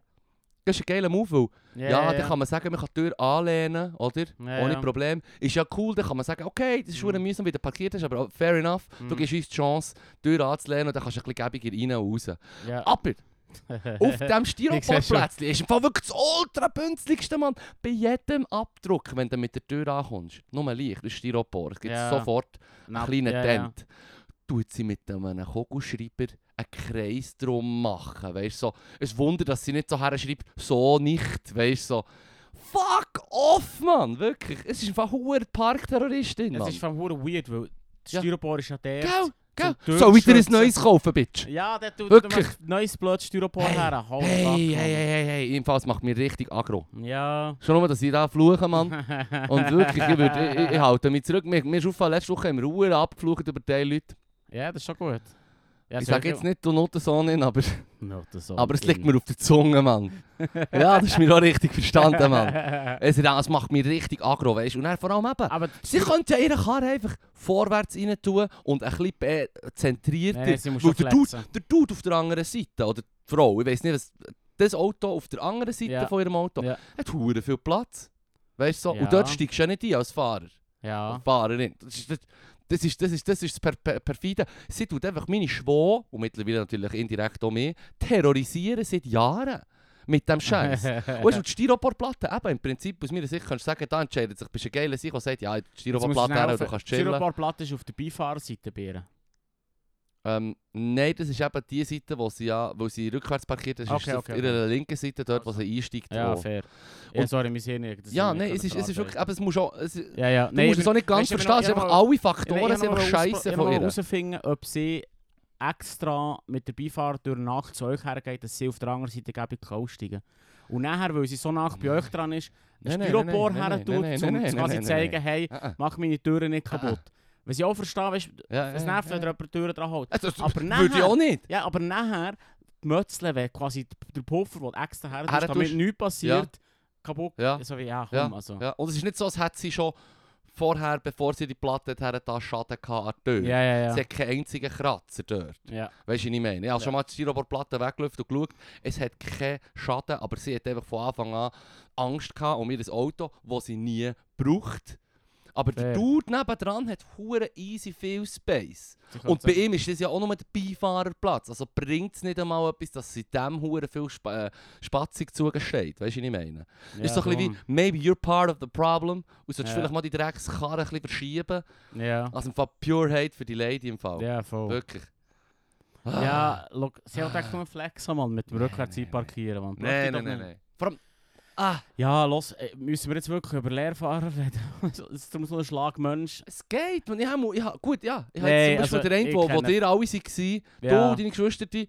S1: das ist ein geiler Move, weil, ja, dann kann man sagen, man kann die Tür anlehnen, oder?
S2: Ja,
S1: Ohne
S2: ja.
S1: Problem. Ist ja cool, dann kann man sagen, okay, das ist verdammt mühsam, wie du parkiert hast, aber fair enough, du
S2: Mhm.
S1: gibst uns die Chance, die Tür anzulehnen und dann kannst du ein bisschen gäbiger rein und raus.
S2: Ja.
S1: Aber auf dem
S2: Ich seh's schon.
S1: Styroporplätzchen ist im Fall wirklich das ultrabünzligste, Mann. Bei jedem Abdruck, wenn du mit der Tür ankommst, nur leicht, das ist Styropor, es gibt
S2: Ja.
S1: sofort einen
S2: Na,
S1: kleinen
S2: Nou, ja, ja.
S1: Dent. Tut sie mit einem Kugelschreiber einen Kreis drum machen, weißt du, so. Es Wunder, dass sie nicht so herschreibt, so nicht, weißt du, so. Fuck off, Mann, wirklich. Es ist einfach eine Parkterroristin,
S2: Es
S1: Mann.
S2: ist vom Huren weird, weil das
S1: Ja.
S2: Styropor ist ja der.
S1: Gell, gell.
S2: zum
S1: Soll ich dir ein
S2: Durchschützen.
S1: neues kaufen, Bitch?
S2: Ja, der tut
S1: Wirklich?
S2: Wirklich? neues Blatt Styropor
S1: Hey,
S2: her. Halt,
S1: Hey, hey,
S2: fuck,
S1: hey, hey, hey, jedenfalls macht mir richtig aggro.
S2: Mann. Ja.
S1: Schon nur, dass ich da fluche, Mann. Und wirklich, ich, würde, ich, ich halte mich zurück. Mir, mir ist aufgefallen, letzte Woche haben wir Ruhe abgeflucht über diese Leute.
S2: Ja, das ist schon gut. Ja, Nou,
S1: ich sage jetzt nicht, du Notensohnin, aber,
S2: No, das soll
S1: aber es
S2: ich
S1: liegt
S2: nicht.
S1: mir auf der Zunge, Mann. ja, das ist mir auch richtig verstanden, Mann.
S2: Ah,
S1: Es, es macht mich richtig aggro, weißt du. Und dann vor allem eben,
S2: Aber
S1: sie könnte ja ihre Karre einfach vorwärts rein tun und ein bisschen be- zentrierter.
S2: Nein, sie muss
S1: Weil
S2: schon
S1: der Dude-
S2: flexen.
S1: der Dude auf der anderen Seite, oder die Frau, ich weiß nicht, was, das Auto auf der anderen Seite
S2: Ja.
S1: von ihrem Auto,
S2: Ja.
S1: hat hure viel Platz. Weißt du, so.
S2: Ja.
S1: und dort steigst du ja nicht ein als Fahrer.
S2: Ja.
S1: Und Fahrerin. Das ist das, das, ist, das, ist, das ist das per, per, perfide. Sie tut einfach meine Schwo, und mittlerweile natürlich indirekt auch mich, terrorisieren seit Jahren mit dem Scheiß. Weißt du, die Styroporplatte, eben im Prinzip aus meiner Sicht kannst du sagen, da entscheidet sich, bist du ein geiler Sieg, der sagt, ja, die Styroporplatte her, du kannst chillen.
S2: Styroporplatte ist auf der Beifahrerseite bei ihr.
S1: Ähm, nein, das ist eben die Seite, wo sie, ja, wo sie rückwärts parkiert ist,
S2: Okay,
S1: ist es auf
S2: okay, Also,
S1: ihrer linken Seite, dort, wo sie einsteigt. wo.
S2: Ja, fair.
S1: Und-
S2: Ja, sorry, mein Hirn. hat das
S1: oh. ja
S2: nicht
S1: nein, es ist, es ist
S2: verarbeitet.
S1: wirklich, aber es muss auch, es,
S2: Ja, ja.
S1: du musst es auch nicht ganz
S2: weißt du, ich
S1: verstehen, es
S2: bin auch-
S1: sind
S2: ich
S1: einfach
S2: habe
S1: alle
S2: Ich
S1: Faktoren sind einfach scheiße von ihr.
S2: herausfinden, ob sie extra mit der Beifahrt durch Nacht zu euch hergeht, dass sie auf der anderen Seite gäbe aussteigen. Und nachher, weil sie so nach bei euch dran ist,
S1: Nein,
S2: ein
S1: nein,
S2: Styropor
S1: nein, nein,
S2: her
S1: nein,
S2: tut,
S1: nein, nein,
S2: um
S1: nein,
S2: zu
S1: nein,
S2: quasi
S1: nein,
S2: zeigen, hey,
S1: Ah, ah.
S2: mach meine Türen nicht
S1: Ah, Eh, ah.
S2: kaputt. Was ich auch verstehe, weißt,
S1: Ja,
S2: es
S1: ja,
S2: nervt,
S1: ja.
S2: wenn dir jemand die Türen dran hält.
S1: Ja, Das, das
S2: Aber
S1: würde ich
S2: nachher-
S1: auch nicht.
S2: Ja, aber nachher die Mötzle weg, quasi d- der Puffer, der extra dus her
S1: Her
S2: tust, damit
S1: tust.
S2: nichts passiert, kaputt.
S1: Ja.
S2: So wie, ja, komm,
S1: Ja,
S2: also.
S1: ja. Und es ist nicht so, als hätte sie schon vorher, bevor sie die Platte hat, hat da Schaden gehabt an der Tür.
S2: ja, ja.
S1: Sie hat keinen einzigen Kratzer dort.
S2: ja.
S1: Weißt du, was ich meine? Ich habe
S2: Ja.
S1: schon mal die Styroporplatte weggelüftet und geschaut. Es hat keinen Schaden, aber sie hat einfach von Anfang an Angst gehabt um ihr Auto, das sie nie braucht. Aber der
S2: Fair.
S1: Dude nebendran hat hure easy viel Space.
S2: Sie können
S1: Und bei
S2: sagen-
S1: ihm ist das ja auch nur der Beifahrerplatz. Also bringt es nicht einmal etwas, dass sie dem hure viel Sp äh, Spatzig zugesteht. Weißt du, was ich meine?
S2: Ja,
S1: ist so ein bisschen wie, maybe you're part of the problem. Und solltest
S2: Ja.
S1: vielleicht mal die Dreckskarre ein bisschen verschieben.
S2: darum. Ja,
S1: Also im Fall pure Hate für die Lady im Fall.
S2: ja, voll.
S1: Wirklich. Ah.
S2: Ja, look, sie hat echt nur einen Flex Mann, mit dem
S1: Nee,
S2: Rückwärts
S1: nee,
S2: einparkieren. Mann. Braucht
S1: Nein,
S2: ihr doch
S1: nein, nein,
S2: nicht.
S1: nein. Vor allem, ah,
S2: Ja, los, äh, müssen wir jetzt wirklich über Lehrfahrer reden? Es ist darum so ein Schlagmensch.
S1: es geht. Man. Ich habe, ich habe, gut, ja. Ich habe
S2: Nein,
S1: zum Beispiel
S2: also,
S1: den einen,
S2: ich
S1: wo, wo
S2: kenne-
S1: dir alle waren,
S2: Ja.
S1: du, deine Geschwister, die,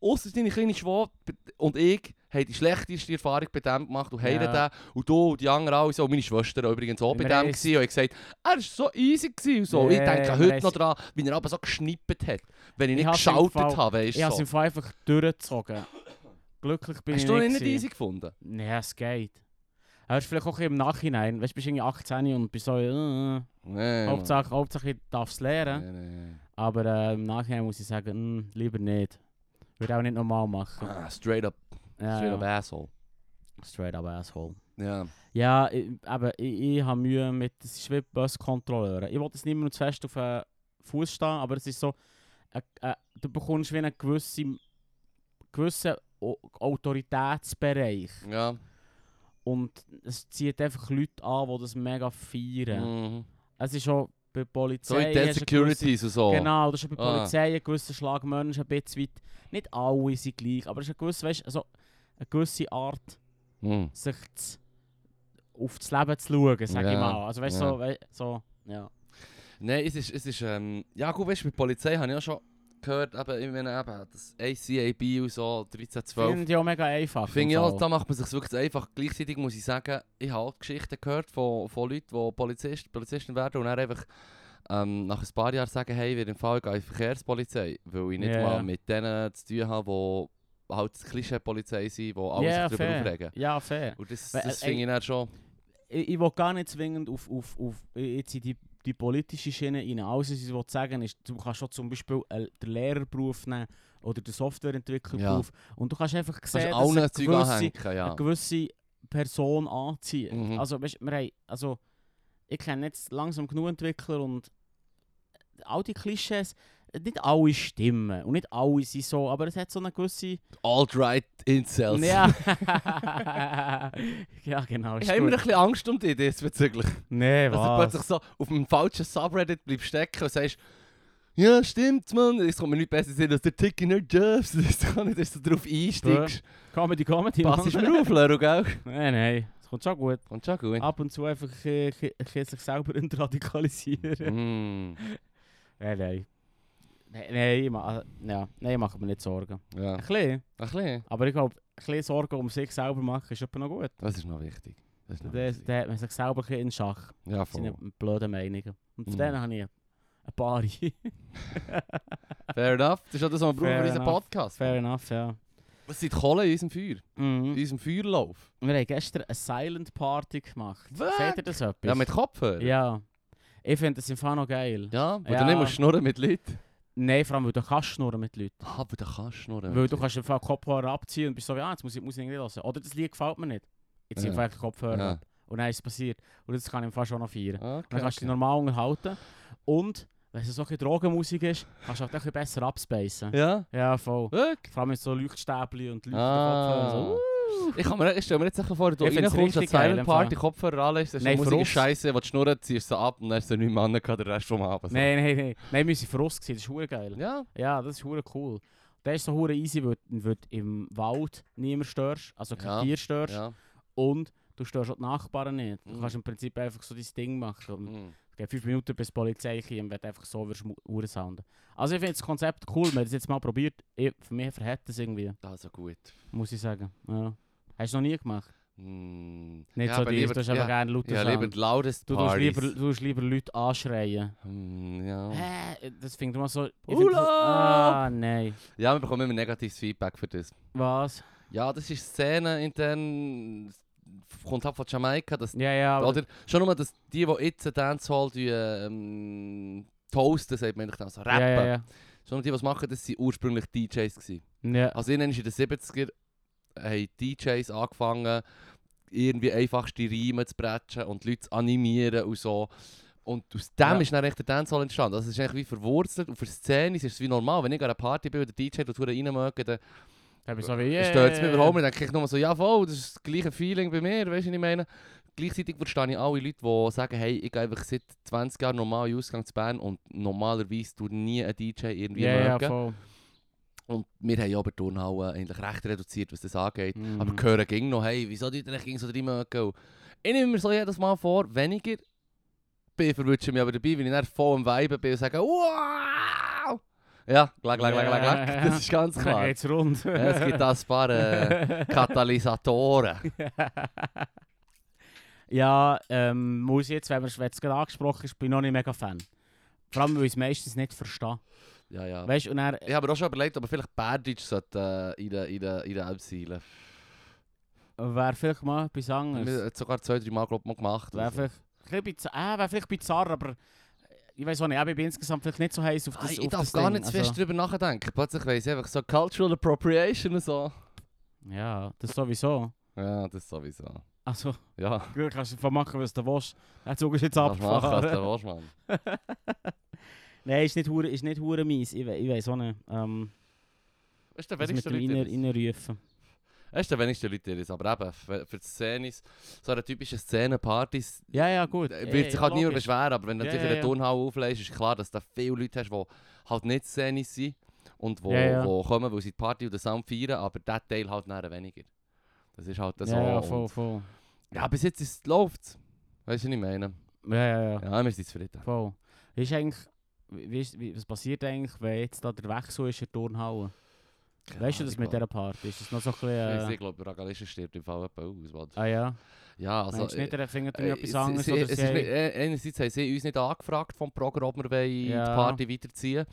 S1: ausser deine kleine Schwab und ich, haben die schlechteste Erfahrung bei dem gemacht und heilen
S2: Ja.
S1: den. Und du und die anderen alle, so, meine Schwester war übrigens auch bei
S2: Wir
S1: dem,
S2: haben-
S1: gewesen, und ich gesagt, er war so easy gewesen und so. ich
S2: Nee,
S1: denke
S2: wir
S1: heute
S2: haben-
S1: noch daran, wie er aber so geschnippt hat, wenn ich
S2: Ich
S1: nicht
S2: habe es im
S1: geschaltet
S2: Fall-
S1: habe, weißt
S2: Ich habe es
S1: du.
S2: im
S1: So.
S2: Fall einfach durchgezogen. Glücklich bin
S1: Hast
S2: ich
S1: du ihn
S2: nicht.
S1: nicht
S2: gewesen.
S1: easy gefunden?
S2: Nein, es geht. Hörst du vielleicht auch ein bisschen im Nachhinein? Weißt du, bist irgendwie 18 und bist so, äh, äh,
S1: Nein. Mann.
S2: Hauptsache, Hauptsache ich darf es lernen.
S1: Nein, nein, nein.
S2: eh, Aber äh, im Nachhinein muss ich sagen, mm, lieber nicht. Würde auch nicht normal machen.
S1: Ah, straight up,
S2: Ja,
S1: straight
S2: ja.
S1: up asshole.
S2: Straight up asshole.
S1: Ja.
S2: Ja, ich- eben, ich, ich habe Mühe mit, es ist wie Buskontrolleure. Ich wollte es nicht mehr zu fest auf den Fuß stehen, aber es ist so, äh, äh, du bekommst wie einen gewissen, gewissen O- Autoritätsbereich.
S1: Ja.
S2: Und es zieht einfach Leute an, die das mega feiern.
S1: Mhm.
S2: Es ist schon bei der Polizei...
S1: So in Dead
S2: hast du eine gewisse-
S1: Securities und so.
S2: Genau, das ist ja bei der
S1: Ah.
S2: Polizei ein gewisser Schlag Mensch, ein bisschen weit. Nicht alle sind gleich, aber es ist eine gewisse, weißt, also eine gewisse Art,
S1: Mhm.
S2: sich zu, auf das Leben zu schauen, sag ich
S1: Ja,
S2: mal. Also weißt du,
S1: ja.
S2: so, wei- so, ja.
S1: Nein, es ist, es ist, ähm, ja gut, weißt du, bei der Polizei habe ich auch schon gehört, eben, ich meine, eben, das ACAB und so, 1312.
S2: Finde ich auch mega einfach.
S1: Finde ich
S2: im
S1: auch,
S2: Fall.
S1: da macht man sich wirklich einfach. Gleichzeitig muss ich sagen, ich habe auch Geschichten gehört von, von Leuten, die Polizist, Polizisten werden und dann einfach ähm, nach ein paar Jahren sagen, hey, wir im Fall ich gehe in die Verkehrspolizei, weil ich nicht
S2: Ja, ja.
S1: mal mit denen zu tun habe, die halt die Klischee-Polizei sind, die alles
S2: Ja,
S1: sich darüber
S2: fair.
S1: aufregen.
S2: Ja, fair.
S1: Und das,
S2: Weil,
S1: das
S2: äh,
S1: finde ich dann schon...
S2: Ich, ich will gar nicht zwingend auf, auf, auf jetzt in die, die politische Schiene rein. Alles, was ich will sagen ist, du kannst schon zum Beispiel äh, den Lehrerberuf nehmen oder den Softwareentwicklerberuf und du kannst einfach
S1: Kannst
S2: sehen,
S1: allen
S2: dass
S1: Zeug
S2: eine gewisse,
S1: anhängen, ja.
S2: eine gewisse Person anziehen.
S1: Mhm.
S2: Also, weißt, wir haben, also, ich kenne jetzt langsam genug Entwickler und all die Klischees, nicht alle stimmen und nicht alle sind so, aber es hat so eine gewisse...
S1: Alt-Right-Incels.
S2: Ja. ja, genau.
S1: Ich
S2: ist
S1: habe immer ein
S2: gut.
S1: bisschen Angst um dich diesbezüglich.
S2: Nee,
S1: Dass du plötzlich so auf dem falschen Subreddit bleibst stecken und sagst, ja, stimmt, Mann, es kommt mir nicht besser sein, als der Tiki Nerd Jobs. Das kann nicht, dass du darauf einsteigst.
S2: Comedy, Comedy.
S1: Pass ist mir auf, Lero, gell?
S2: Nein, nein. Es kommt schon gut.
S1: Und schon gut.
S2: Ab und zu einfach äh, äh, äh, sich selber radikalisieren.
S1: Mm,
S2: Nein, nein. Nein, nein, ich ma- eh, ja, nein, ich mache mir nicht Sorgen.
S1: ja,
S2: Ein
S1: ein
S2: bisschen.
S1: bisschen.
S2: Aber ich glaube, ein bisschen Sorgen um sich selber machen ist etwa noch gut.
S1: Das ist noch wichtig. Das ist noch
S2: Dann
S1: wichtig.
S2: dann hat man sich selber ein bisschen in Schach.
S1: Ja,
S2: Seine
S1: voll.
S2: blöden Meinungen. Und von
S1: Mhm.
S2: denen habe ich ein paar.
S1: Fair enough. Das ist auch das, was wir brauchen
S2: Fair
S1: für unseren
S2: enough.
S1: Podcast.
S2: Fair enough, ja.
S1: Was sind die Kohlen in unserem Feuer? In
S2: Mhm.
S1: unserem Feuerlauf?
S2: Wir haben gestern eine Silent Party gemacht.
S1: Was?
S2: Seht ihr das etwas?
S1: Ja, mit Kopfhörer.
S2: Ja. Ich finde das im Fall noch geil.
S1: Ja, weil
S2: Ja.
S1: du nicht musst schnurren mit Leuten.
S2: Nein, vor allem, weil du kannst schnurren mit Leuten.
S1: Ah, aber du kannst schnurren.
S2: Weil du kannst einfach Kopfhörer abziehen und bist so, ja, jetzt muss ich die Musik nicht hören. Oder das Lied gefällt mir nicht. Jetzt ziehe ich
S1: Ja.
S2: einfach die Kopfhörer
S1: Ja.
S2: ab. Und dann ist es passiert. Und das kann ich im Fall schon noch feiern.
S1: Okay,
S2: Dann kannst du dich
S1: okay.
S2: normal unterhalten. Und, wenn es so ein bisschen Drogenmusik ist, kannst du halt auch ein bisschen besser abspacen.
S1: Ja,
S2: Ja, voll.
S1: wirklich.
S2: Vor allem mit so Leuchtstäbli und Leuchtkopfhörer.
S1: Ah.
S2: So.
S1: Ich, kann mir, ich stelle mir jetzt sicher vor, du
S2: Ich find's
S1: reinkommst an die
S2: richtig geil,
S1: Silent
S2: im
S1: Party,
S2: Fall.
S1: Kopfhörer alles, das ist
S2: Nein,
S1: Musik ist
S2: Frust.
S1: scheiße, willst du schnurren, ziehst du ab und dann hast du nicht mehr Mann gehabt, den Rest vom Abend.
S2: Nein, nein, nein. Nein, wir waren Frost, das ist hure geil.
S1: Ja,
S2: Ja, das ist hure cool. Der ist so hure easy, weil, weil du im Wald niemand störst, also kein
S1: Ja,
S2: Tier störst
S1: ja.
S2: und du störst auch die Nachbarn nicht. Du
S1: Mhm.
S2: kannst im Prinzip einfach so dein Ding machen. Und
S1: Mhm.
S2: Es geht fünf Minuten bis die Polizei kommt, wenn du einfach so wirst mu- Uhren sounden. Also ich finde das Konzept cool, wir haben es jetzt mal probiert. Ich, für mich verhält es irgendwie,
S1: Also gut.
S2: muss ich sagen. Ja. Hast du noch nie gemacht?
S1: Hm.
S2: Nicht
S1: ja,
S2: so
S1: aber
S2: tief, du hast
S1: ja,
S2: aber gerne laut
S1: ja, lieber die loudest
S2: Du tust
S1: Partys.
S2: lieber, du tust lieber Leute anschreien.
S1: Hm, ja.
S2: Hä? Das fängt immer so... ich find
S1: Urlaub!
S2: das- Ah, nein.
S1: ja, wir bekommen immer negatives Feedback für das.
S2: Was?
S1: Ja, das ist Szene intern, kommt halt von Jamaika, dass
S2: Ja, ja, aber-
S1: Oder schon nur, dass die, die jetzt einen Dancehall die, ähm, toasten, sagt man eigentlich dann so, rappen.
S2: Ja, ja, ja.
S1: Schon nur die, die es machen, das waren ursprünglich DJs. Gewesen.
S2: Ja.
S1: Also irgendwann in den 70er haben DJs angefangen, irgendwie einfachste Reime zu bretschen und Leute zu animieren und so. Und aus dem
S2: Ja.
S1: ist dann echt der Dancehall entstanden. Also es ist eigentlich wie verwurzelt und für die Szene ist es wie normal. Wenn ich an einer Party bin und der DJ tut reinmögen, dann
S2: Da bin ich so wie, yeah.
S1: stört es mich überhaupt nicht. Dann kriege ich nur so, ja voll, das ist das gleiche Feeling bei mir, weißt du, was ich meine? Gleichzeitig verstehe ich alle Leute, die sagen, hey, ich gehe einfach seit 20 Jahren normal in den Ausgang zu Bern und normalerweise tut nie ein DJ irgendwie
S2: Ja, ja,
S1: mögen.
S2: voll.
S1: Und wir haben ja aber die Turnhalle äh, eigentlich recht reduziert, was das angeht.
S2: Mhm.
S1: Aber hören ging noch, hey, wieso die denn ging so drei Mögen? Und Ich nehme mir so jedes Mal vor, weniger bin, verwünsche mich aber dabei, wenn ich dann voll am Weiben bin und sage, wow! Ja, glag, glag, glag, glag,
S2: Ja,
S1: glag.
S2: ja, ja.
S1: Das ist ganz
S2: Dann
S1: klar.
S2: geht's rund.
S1: Ja, es gibt da ein paar äh, Katalysatoren.
S2: ja, ähm, muss ich jetzt, wenn wir es gerade angesprochen ist, bin ich noch nicht mega Fan. Vor allem, weil ich es meistens nicht verstehe.
S1: Ja, ja.
S2: Weißt du, und er.
S1: Ich habe mir auch schon überlegt, ob man vielleicht Bärdeutsch sollte, äh, in der, in der, in der App seilen.
S2: wäre vielleicht mal etwas
S1: Wir
S2: anderes.
S1: haben es sogar zwei, drei Mal glaub, ich, mal gemacht.
S2: Wäre
S1: Also.
S2: ah, vielleicht, ein bisschen bizarr, äh, wäre vielleicht bizarr, aber ich weiß auch nicht, aber ich bin insgesamt vielleicht nicht so heiß auf
S1: Ah,
S2: das.
S1: ich
S2: auf
S1: darf
S2: das
S1: gar
S2: Ding.
S1: nicht zu
S2: Also-
S1: fest drüber nachdenken. Plötzlich weiss ich einfach so Cultural Appropriation und so.
S2: Ja, das sowieso.
S1: Ja, das sowieso.
S2: Also,
S1: Ja,
S2: du kannst davon machen, was du willst. Der Zug ist jetzt
S1: darf machen, was
S2: abgefahren.
S1: du willst, Mann.
S2: Nein, ist nicht hure, ist nicht hure mies. Ich, we ich weiß auch nicht. Ähm,
S1: Weißt du,
S2: was mit
S1: wenigsten
S2: dem
S1: Leute
S2: Inner
S1: haben das?
S2: Innerrufen.
S1: Weißt du, wenigsten Leute haben das? Aber eben, für, für die Szene, so eine typische Szenenpartys,
S2: Ja, ja, gut.
S1: Äh,
S2: Ey,
S1: wird sich
S2: ja,
S1: halt niemand
S2: logisch.
S1: beschweren, aber wenn du
S2: Ja,
S1: natürlich
S2: ja,
S1: in der
S2: ja.
S1: Turnhalle auflegst, ist klar, dass du viele Leute hast, die halt nicht Szene sind und wo,
S2: Ja, ja.
S1: wo kommen, weil sie die Party oder Sound feiern, aber der Teil halt nachher weniger. Das ist halt so.
S2: Ja, ja,
S1: und-
S2: voll, voll.
S1: ja bis jetzt läuft es. Weißt du, was ich meine?
S2: Ja, ja, ja.
S1: Ja, wir sind zufrieden.
S2: Voll. Wie Ist eigentlich, wie, wie ist- wie, was passiert eigentlich, wenn jetzt da der Wechsel ist in der Turnhalle? weißt du das mit dieser Party? Ist das noch so ein
S1: Ich,
S2: bisschen...
S1: ich
S2: Äh,
S1: glaube, Ragalischen stirbt im Fall etwa aus. Mann.
S2: ah ja?
S1: Ja,
S2: Also,
S1: also.
S2: Meinst du nicht, er findet
S1: äh,
S2: irgendetwas
S1: es-
S2: anderes?
S1: es-
S2: oder
S1: es
S2: sie
S1: ist nicht-
S2: haben-
S1: äh, Einerseits haben sie uns nicht angefragt vom Programm, ob wir wollen die
S2: Ja.
S1: Party weiterziehen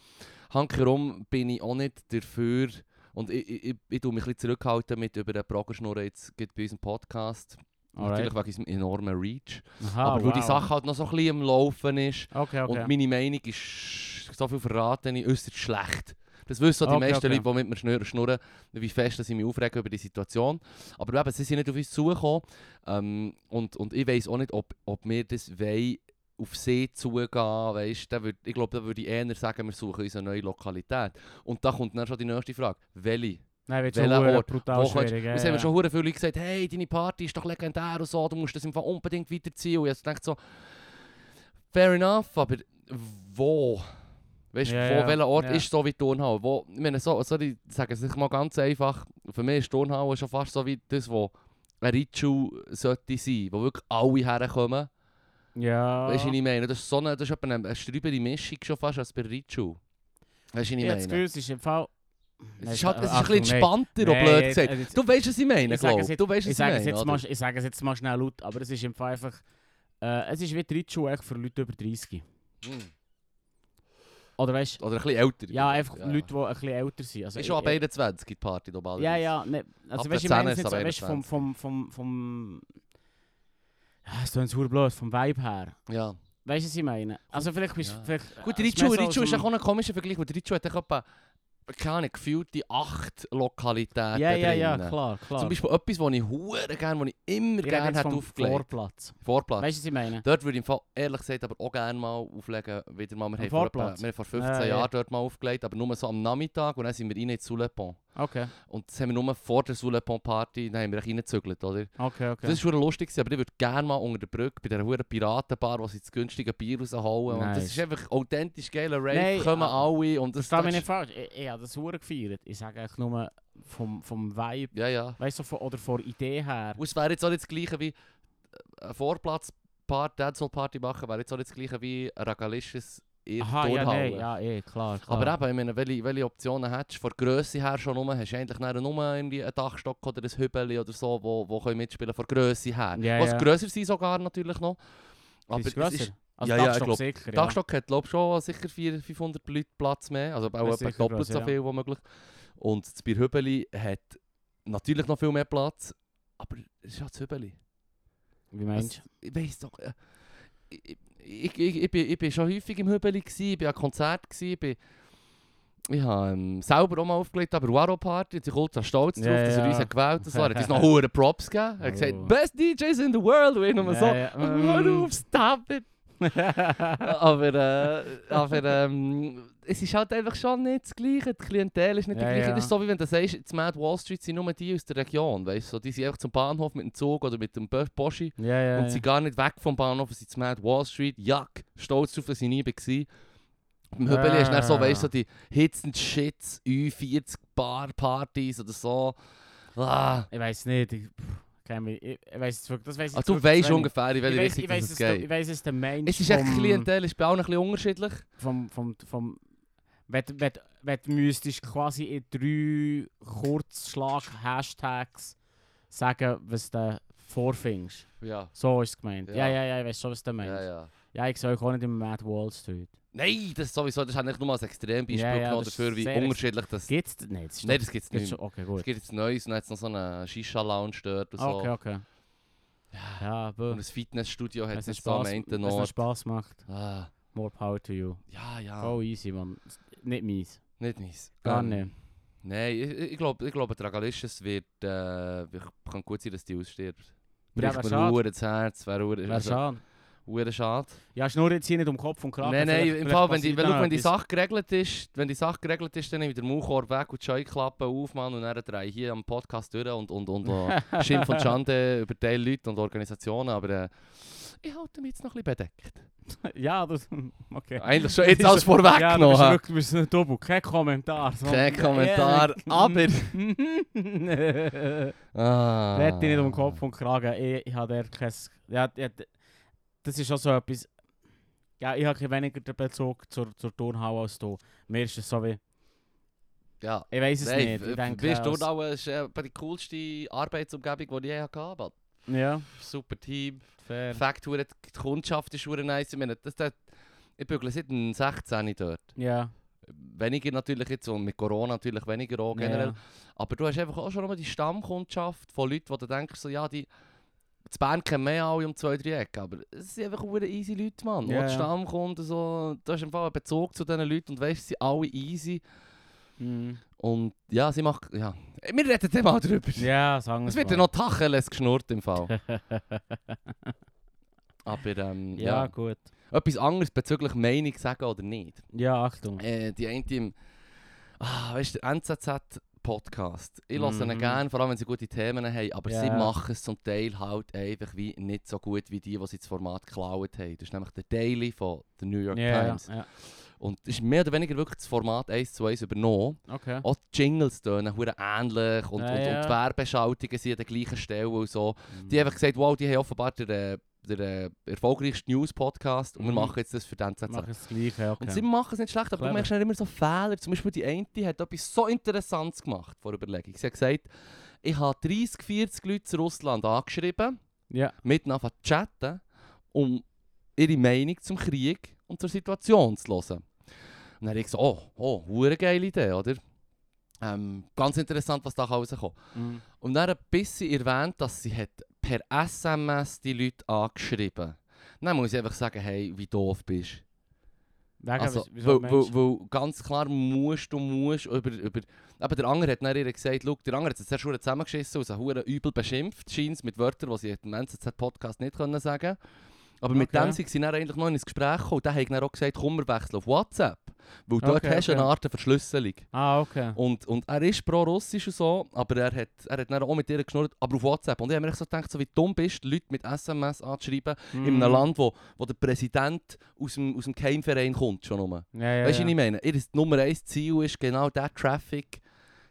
S1: Hankerum bin ich auch nicht dafür. Und ich, ich, ich, ich tue mich ein bisschen zurückhalten mit über den Programmschnurren jetzt gerade bei unserem Podcast. Natürlich
S2: Alright.
S1: wegen unserem enormen Reach.
S2: Aha,
S1: Aber weil die
S2: wow.
S1: Sache halt noch so ein bisschen am Laufen ist.
S2: Okay, okay.
S1: Und meine Meinung ist, so viel verraten ich, äußerst schlecht. Das wissen auch die
S2: Okay,
S1: meisten
S2: okay.
S1: Leute, die mit mir schnurren, schnurren wie fest dass ich mich aufregen über die Situation. Aber eben, sie sind nicht auf uns zugekommen. Ähm, und, und ich weiß auch nicht, ob, ob wir das wollen, auf sie zugehen weißt, da würd, Ich glaube, da würde ich eher sagen, wir suchen uns eine neue Lokalität. Und da kommt dann schon die nächste Frage. Welche?
S2: Nein, wird
S1: welcher
S2: schon
S1: Ort?
S2: brutal
S1: Wo kannst-
S2: schwierig.
S1: Es haben mir schon hure viele Leute gesagt, hey, deine Party ist doch legendär und so, du musst das im Fall unbedingt weiterziehen. Und ich dachte so, fair enough, aber wo? Weißt du,
S2: Ja,
S1: wo,
S2: ja,
S1: welcher Ort
S2: ja.
S1: ist so wie die Turnhalle? Wo, ich meine, so, sorry, ich sage es nicht mal ganz einfach, für mich ist die Turnhalle schon fast so wie das, wo ein Ritual sollte sein, wo wirklich alle herkommen.
S2: Ja.
S1: Weißt du, was ich meine? Das ist, so eine, das ist etwa eine, eine streubere Mischung schon fast als bei Ritual. Weißt du, was ich
S2: Ich habe das
S1: meine?
S2: Gefühl, es ist im Fall...
S1: Es ist, halt, es ist ein
S2: Achtung,
S1: bisschen
S2: Also nein.
S1: entspannter, auch
S2: Nein,
S1: blöd
S2: jetzt-
S1: gesagt.
S2: jetzt-
S1: Du weißt, was ich meine,
S2: Ich sage
S1: glaube
S2: es
S1: ich.
S2: jetzt-
S1: Du weißt, was
S2: Ich
S1: ich
S2: sage
S1: meine.
S2: es jetzt
S1: oder?
S2: mal, ich sage es jetzt mal schnell laut, aber es ist im Fall einfach... Äh, es ist wie die Ritual echt für Leute über 30.
S1: Mm.
S2: Oder weißt du?
S1: Oder ein bisschen älter.
S2: Ja, einfach Leute, die ein bisschen älter sind. Also,
S1: Ist
S2: ich-
S1: schon ab
S2: ich-
S1: 21 die Party da bald.
S2: Ja, ja, ne, also
S1: Ab
S2: weißt du,
S1: der
S2: ich meine
S1: 10
S2: es
S1: ist
S2: nicht so,
S1: aber
S2: weißt du, vom,
S1: 21.
S2: vom, vom, vom, ja, es klingt super blöd, vom Vibe her.
S1: ja.
S2: Weißt du, was ich meine? Also vielleicht bist
S1: Ja.
S2: vielleicht...
S1: Gut,
S2: äh,
S1: Ritschu,
S2: es mehr so
S1: Ritschu
S2: aus
S1: ist
S2: dem-
S1: auch ein komischer Vergleich, weil Ritschu hat doch etwa, keine Ahnung, gefühlt die acht Lokalitäten
S2: Ja, ja, ja,
S1: drin.
S2: klar, klar.
S1: Zum Beispiel etwas, das ich hure gerne, das ich immer
S2: Ich rede
S1: gerne
S2: jetzt
S1: hätte
S2: vom
S1: aufgelegt.
S2: Vorplatz.
S1: Vorplatz.
S2: Weißt du, was ich meine?
S1: Dort würde ich im Fall, ehrlich gesagt, aber auch gerne mal auflegen. Wieder mal, wir,
S2: Am
S1: haben vor, etwa,
S2: Vorplatz?
S1: wir haben vor 15
S2: Ah, ja.
S1: Jahren dort mal aufgelegt, aber nur so am Nachmittag und dann sind wir rein in Soulepont.
S2: Okay,
S1: Und das haben wir nur vor der Soulepont-Party, dann haben wir reingezügelt, oder?
S2: okay, okay.
S1: Das ist schon lustig, gewesen, aber ich würde gerne mal unter der Brücke bei dieser huren Piratenbar, wo sie das günstige Bier rausholen. Und das
S2: Nice.
S1: ist einfach authentisch geiler Rave,
S2: Nein,
S1: kommen
S2: äh,
S1: alle und das,
S2: Versteh
S1: das
S2: mich nicht
S1: ist,
S2: falsch, ich, ich habe das verdammt gefeiert. Ich sage eigentlich nur vom, vom Vibe,
S1: Ja, ja.
S2: weißt du, von, oder von der Idee her.
S1: Und es wäre jetzt auch nicht das gleiche wie äh, eine Vorplatzparty, Dancehall-Party machen, wäre jetzt auch nicht das gleiche wie ein ragalisches in der
S2: Aha, ja,
S1: Turnhalle.
S2: nein, ja, eh, klar, klar.
S1: Aber eben, ich meine, welche, welche Optionen hast du? Von der Grösse her schon nur, hast du eigentlich nachher nur irgendwie einen Dachstock oder ein Hübeli oder so, wo, wo können mitspielen von der Grösse her.
S2: Ja,
S1: Was
S2: ja.
S1: grösser sind sogar natürlich noch.
S2: aber
S1: Aber
S2: ist
S1: es
S2: grösser.
S1: ist
S2: Also
S1: Ja, ja, ich
S2: Dachstock
S1: glaub,
S2: sicher, ja.
S1: Dachstock hat glaub, schon sicher 400, 500 Leute Platz mehr, also
S2: Ja,
S1: auch etwa
S2: sicher
S1: doppelt
S2: gross,
S1: so
S2: ja.
S1: viel wie möglich. Und das Bier Hübeli hat natürlich noch viel mehr Platz, aber es ist ja das Hübeli.
S2: Wie meinst du?
S1: Ich weiß doch. äh, Ich, ich, ich, ich, bin, ich bin schon häufig im Hübeli, gewesen, ich war an Konzert, gewesen, ich, bin, ich habe ähm, selber auch mal aufgelegt, aber Waro Party, ich bin ultra stolz
S2: Ja,
S1: drauf, dass er
S2: ja.
S1: uns hat gewählt hat. Er hat uns noch hohe Props gegeben. Er hat
S2: Oh.
S1: gesagt, best DJs in the world, wir haben
S2: Ja,
S1: so.
S2: ja,
S1: Hör
S2: mm.
S1: auf, stop it! Ähm. aber äh, aber ähm, es ist halt einfach schon nicht das Gleiche. Die Klientel ist nicht
S2: Ja,
S1: die gleiche.
S2: ja.
S1: Das ist so, wie wenn du sagst, die Mad Wall Street sind nur die aus der Region. Weißt? du, So, die sind einfach zum Bahnhof mit dem Zug oder mit dem Bö- Poschi
S2: Ja, ja,
S1: und sind gar nicht weg vom Bahnhof. Sie sind zu Mad Wall Street. Jack, stolz darauf, dass ich nie war. Im Höbeli hast du dann so,
S2: Ah.
S1: weißt, so die Hits and Shits, U40 Bar Partys oder so. Ah.
S2: Ich weiß nicht. Ich, pff, keine Ahnung, ich, ich weiß es wirklich. Das weiß ich
S1: Also, du
S2: wirklich
S1: weißt
S2: zu wenig.
S1: ungefähr, in welche
S2: ich weiß,
S1: Richtung
S2: ich
S1: das
S2: weiß,
S1: es
S2: es, der- ich
S1: geht.
S2: weiß es der Mensch.
S1: Es ist echt,
S2: vom-
S1: Klientel ist bei allen ein bisschen unterschiedlich.
S2: Vom, vom, vom, wenn, wenn, wenn du müsstest quasi in drei Kurzschlag-Hashtags sagen, was du vorfindest.
S1: Ja.
S2: So ist es gemeint.
S1: Ja.
S2: Ja, ja, ja, ich weiß schon, was du meinst.
S1: Ja,
S2: Ja,
S1: ja.
S2: ich sehe euch auch nicht im Mad Wall Street.
S1: Nein, das sowieso, das habe ich nur als Extrembeispiel
S2: Ja, ja,
S1: genommen
S2: das ist
S1: dafür, wie
S2: sehr extrem.
S1: unterschiedlich das...
S2: Geht's? Nein, das ist
S1: Nein, das gibt es
S2: gibt's
S1: nicht.
S2: schon. Okay,
S1: Es
S2: gut.
S1: gibt jetzt Neues und jetzt noch so eine Shisha-Lounge dort und so.
S2: Ah, Okay, okay. Ja, aber.
S1: Und ein Fitnessstudio hat
S2: Wenn
S1: es
S2: es
S1: jetzt da am
S2: Spaß
S1: Ende
S2: wenn es noch
S1: noch.
S2: Spass macht.
S1: Ah.
S2: More power to you.
S1: Ja, ja.
S2: Oh, easy, man. S- Nicht meins.
S1: Nicht meins.
S2: Gar
S1: Ähm,
S2: nicht.
S1: Nein, ich, ich- ich glaube, ich glaub, Dragalisches wird. Äh, ich- kann gut sein, dass die ausstirbt.
S2: Ja,
S1: Bricht
S2: wär
S1: mir
S2: schade.
S1: schade. das Herz, wäre hure-
S2: Wäre
S1: also,
S2: schade.
S1: hure schade.
S2: Ja, schnur jetzt hier nicht um Kopf und Kragen.
S1: nein, nein,
S2: vielleicht-
S1: im
S2: vielleicht
S1: Fall, wenn die,
S2: passiert
S1: wenn,
S2: noch
S1: schau, wenn die
S2: etwas.
S1: Sache geregelt ist, wenn die Sache geregelt ist, dann nehme ich den Maulkorb weg und die Scheuklappe auf, Mann, und dann drehe ich hier am Podcast durch und, und, und äh, Schimpf und Schande über die Leute und Organisationen, aber äh, ich halte mich jetzt noch ein bisschen bedeckt.
S2: Ja, das... Okay.
S1: Eigentlich schon jetzt alles vorweg
S2: ja,
S1: noch. hä?
S2: Du bist ein Double. Kein Kommentar. sondern-
S1: Kein Kommentar,
S2: Ehrlich.
S1: aber...
S2: Red
S1: Ah.
S2: dich nicht um Kopf und Kragen. Ich, ich habe dort kein... Ja, ja, d- das ist auch so etwas... Ja, ich habe ein bisschen weniger den Bezug zur, zur Turnhalle als du. Mir ist es so wie...
S1: Ja.
S2: Ich weiß es
S1: Nein,
S2: nicht. Ich denke...
S1: bist du
S2: eh, als-
S1: auch äh, ist, äh, die coolste Arbeitsumgebung, die ich je hatte. aber
S2: Ja.
S1: Super Team.
S3: Fair.
S1: Fakt, hure, die Kundschaft ist hure nice. Ich, meine, das, das, ich bügle seit dem 16 dort.
S2: Ja.
S1: Weniger natürlich jetzt und mit Corona natürlich weniger auch generell.
S2: ja.
S1: Aber du hast einfach auch schon mal die Stammkundschaft von Leuten, wo du denkst, so, ja, die zu Bern kennen wir alle um zwei, drei Ecken, aber es sind einfach hure easy Leute, Mann.
S2: Ja,
S1: Yeah. Und
S2: ja.
S1: die Stammkunden, so, du hast einfach einen Bezug zu diesen Leuten und weißt, sie sind alle easy.
S2: Mhm.
S1: Und ja, sie macht, ja. Wir reden dann mal drüber.
S2: Ja, sagen wir
S1: Es wird ja noch Tacheles geschnurrt im Fall. Aber ähm,
S2: Ja,
S1: ja.
S2: gut.
S1: Etwas anderes bezüglich Meinung sagen oder nicht.
S2: Ja, Achtung.
S1: Äh, die eine im ah, weißt du, der NZZ-Podcast. Ich höre
S2: Mhm.
S1: ihn gerne, vor allem wenn sie gute Themen haben, aber sie
S2: Ja.
S1: machen es zum Teil halt einfach wie nicht so gut wie die, die sie das Format geklaut haben. Das ist nämlich der Daily von der New York
S2: Ja,
S1: Times.
S2: ja.
S1: Und es ist mehr oder weniger wirklich das Format 1 zu 1 übernommen.
S2: Okay.
S1: Auch die Jingles tönen hure ähnlich und,
S2: Ja,
S1: und,
S2: ja. Mhm.
S1: und die Werbeschaltungen sind an der gleichen Stelle und so. Die haben einfach gesagt, wow, die haben offenbar den, äh, den äh, erfolgreichsten News-Podcast und wir
S2: Mhm.
S1: machen jetzt das für den NZZ.
S2: Mach es das Gleiche, okay.
S1: Und sie machen es nicht schlecht, aber
S2: Clever.
S1: du merkst dann immer so Fehler. Zum Beispiel die eine hat etwas so Interessantes gemacht vor Überlegung. Sie hat gesagt, ich habe 30, 40 Leute zu Russland angeschrieben,
S2: Ja.
S1: mit ihnen angefangen zu chatten, um ihre Meinung zum Krieg und zur Situation zu hören. Und dann habe ich gesagt, oh, oh, hure geile Idee, oder? Ähm, ganz interessant, was da rauskommt.
S2: Mhm.
S1: Und dann ein bisschen erwähnt, dass sie hat per SMS die Leute angeschrieben hat. Dann muss ich einfach sagen, hey, wie doof bist du.
S2: Wegen,
S1: Also,
S2: wieso- wieso
S1: weil,
S2: meinst
S1: weil,
S2: du-
S1: weil ganz klar musst du musst über, über aber der andere hat dann ihr gesagt, schau, der andere hat jetzt sehr schön zusammengeschissen und sie hure übel beschimpft, scheint mit Wörtern, die sie im NZZ-Podcast nicht können sagen Aber mit
S2: Okay.
S1: dem sind sie dann eigentlich noch ins Gespräch gekommen und der hat dann auch gesagt, komm, wir wechseln auf WhatsApp, weil dort
S2: Okay,
S1: hast du
S2: okay.
S1: eine Art der Verschlüsselung.
S2: Ah, okay.
S1: Und, und er ist pro-russisch und so, aber er hat, er hat dann auch mit ihr geschnurrt, aber auf WhatsApp. Und ich habe mir echt so gedacht, so wie dumm bist, Leute mit SMS anzuschreiben,
S2: Mm.
S1: in
S2: Mhm.
S1: einem Land, wo, wo der Präsident aus dem, aus dem Keimverein kommt, schon rum.
S2: Ja, ja,
S1: Weißt du,
S2: ja.
S1: was ich meine? Ihr ist- Nummer eins Ziel ist genau der Traffic,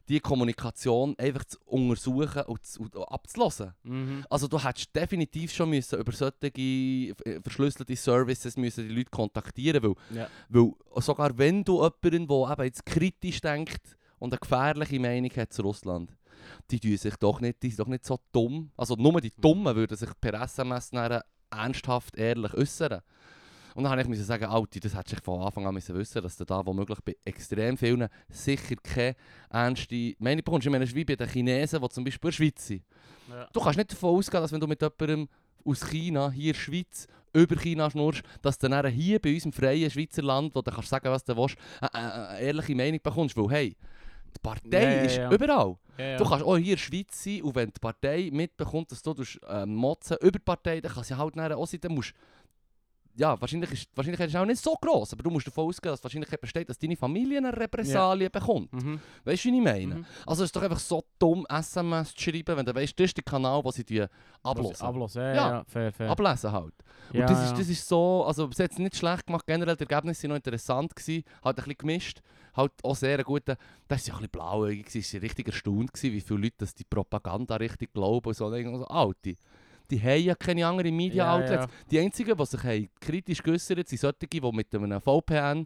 S1: die Kommunikation einfach zu untersuchen und, zu, und abzulassen.
S2: Mhm.
S1: Also du hättest definitiv schon müssen über solche äh, verschlüsselte Services müssen die Leute kontaktieren, weil,
S2: Ja.
S1: weil sogar wenn du jemanden, der eben jetzt kritisch denkt und eine gefährliche Meinung hat zu Russland, die tun sich doch nicht, die sind doch nicht so dumm. Also nur die Dummen würden sich per SMS dann ernsthaft ehrlich äußern. Und dann musste ich sagen, Alter, das hättest du von Anfang an müssen wissen, dass du da womöglich bei extrem vielen sicher keine ernste Meinung bekommst. Ich meine, es ist wie bei den Chinesen, die zum Beispiel in der Schweiz sind.
S2: Ja.
S1: Du kannst nicht davon ausgehen, dass wenn du mit jemandem aus China, hier in der Schweiz, über China schnurst, dass du dann hier bei uns im freien Schweizer Land, wo du kannst sagen, was du willst, eine, eine, eine ehrliche Meinung bekommst. Weil hey, die Partei
S2: Ja, ja,
S1: ist
S2: ja.
S1: überall.
S2: Ja, ja.
S1: Du kannst auch hier in der Schweiz sein und wenn die Partei mitbekommt, dass du durch, ähm, motzen über die Partei, dann kann sie halt dann auch sein, dann musst ja, wahrscheinlich ist, wahrscheinlich ist es auch nicht so gross, aber du musst davon ausgehen, dass die Wahrscheinlichkeit besteht, dass deine Familie eine Repressalie bekommt.
S2: Mhm.
S1: Weißt du, wie ich meine?
S2: Mhm.
S1: Also es ist doch einfach so dumm, SMS zu schreiben, wenn du weißt, das ist der Kanal, den sie die
S2: Was-
S1: ablesen.
S2: Ablassen, ja, ja.
S1: Ja.
S2: ja. Fair, fair.
S1: Ablesen halt. Und
S2: ja,
S1: das, ist,
S2: ja.
S1: das ist so, also es hat es nicht schlecht gemacht, generell, die Ergebnisse waren noch interessant, gewesen, halt ein bisschen gemischt, halt auch sehr gut, das war ja ein bisschen blauäugig, gewesen, es war richtig erstaunt, gewesen, wie viele Leute das die Propaganda richtig glauben und so, und ich so alte. Die haben ja keine anderen
S2: Ja,
S1: Media-Outlets. Die einzigen, die sich haben kritisch geäussert haben, sind solche, die mit einem VPN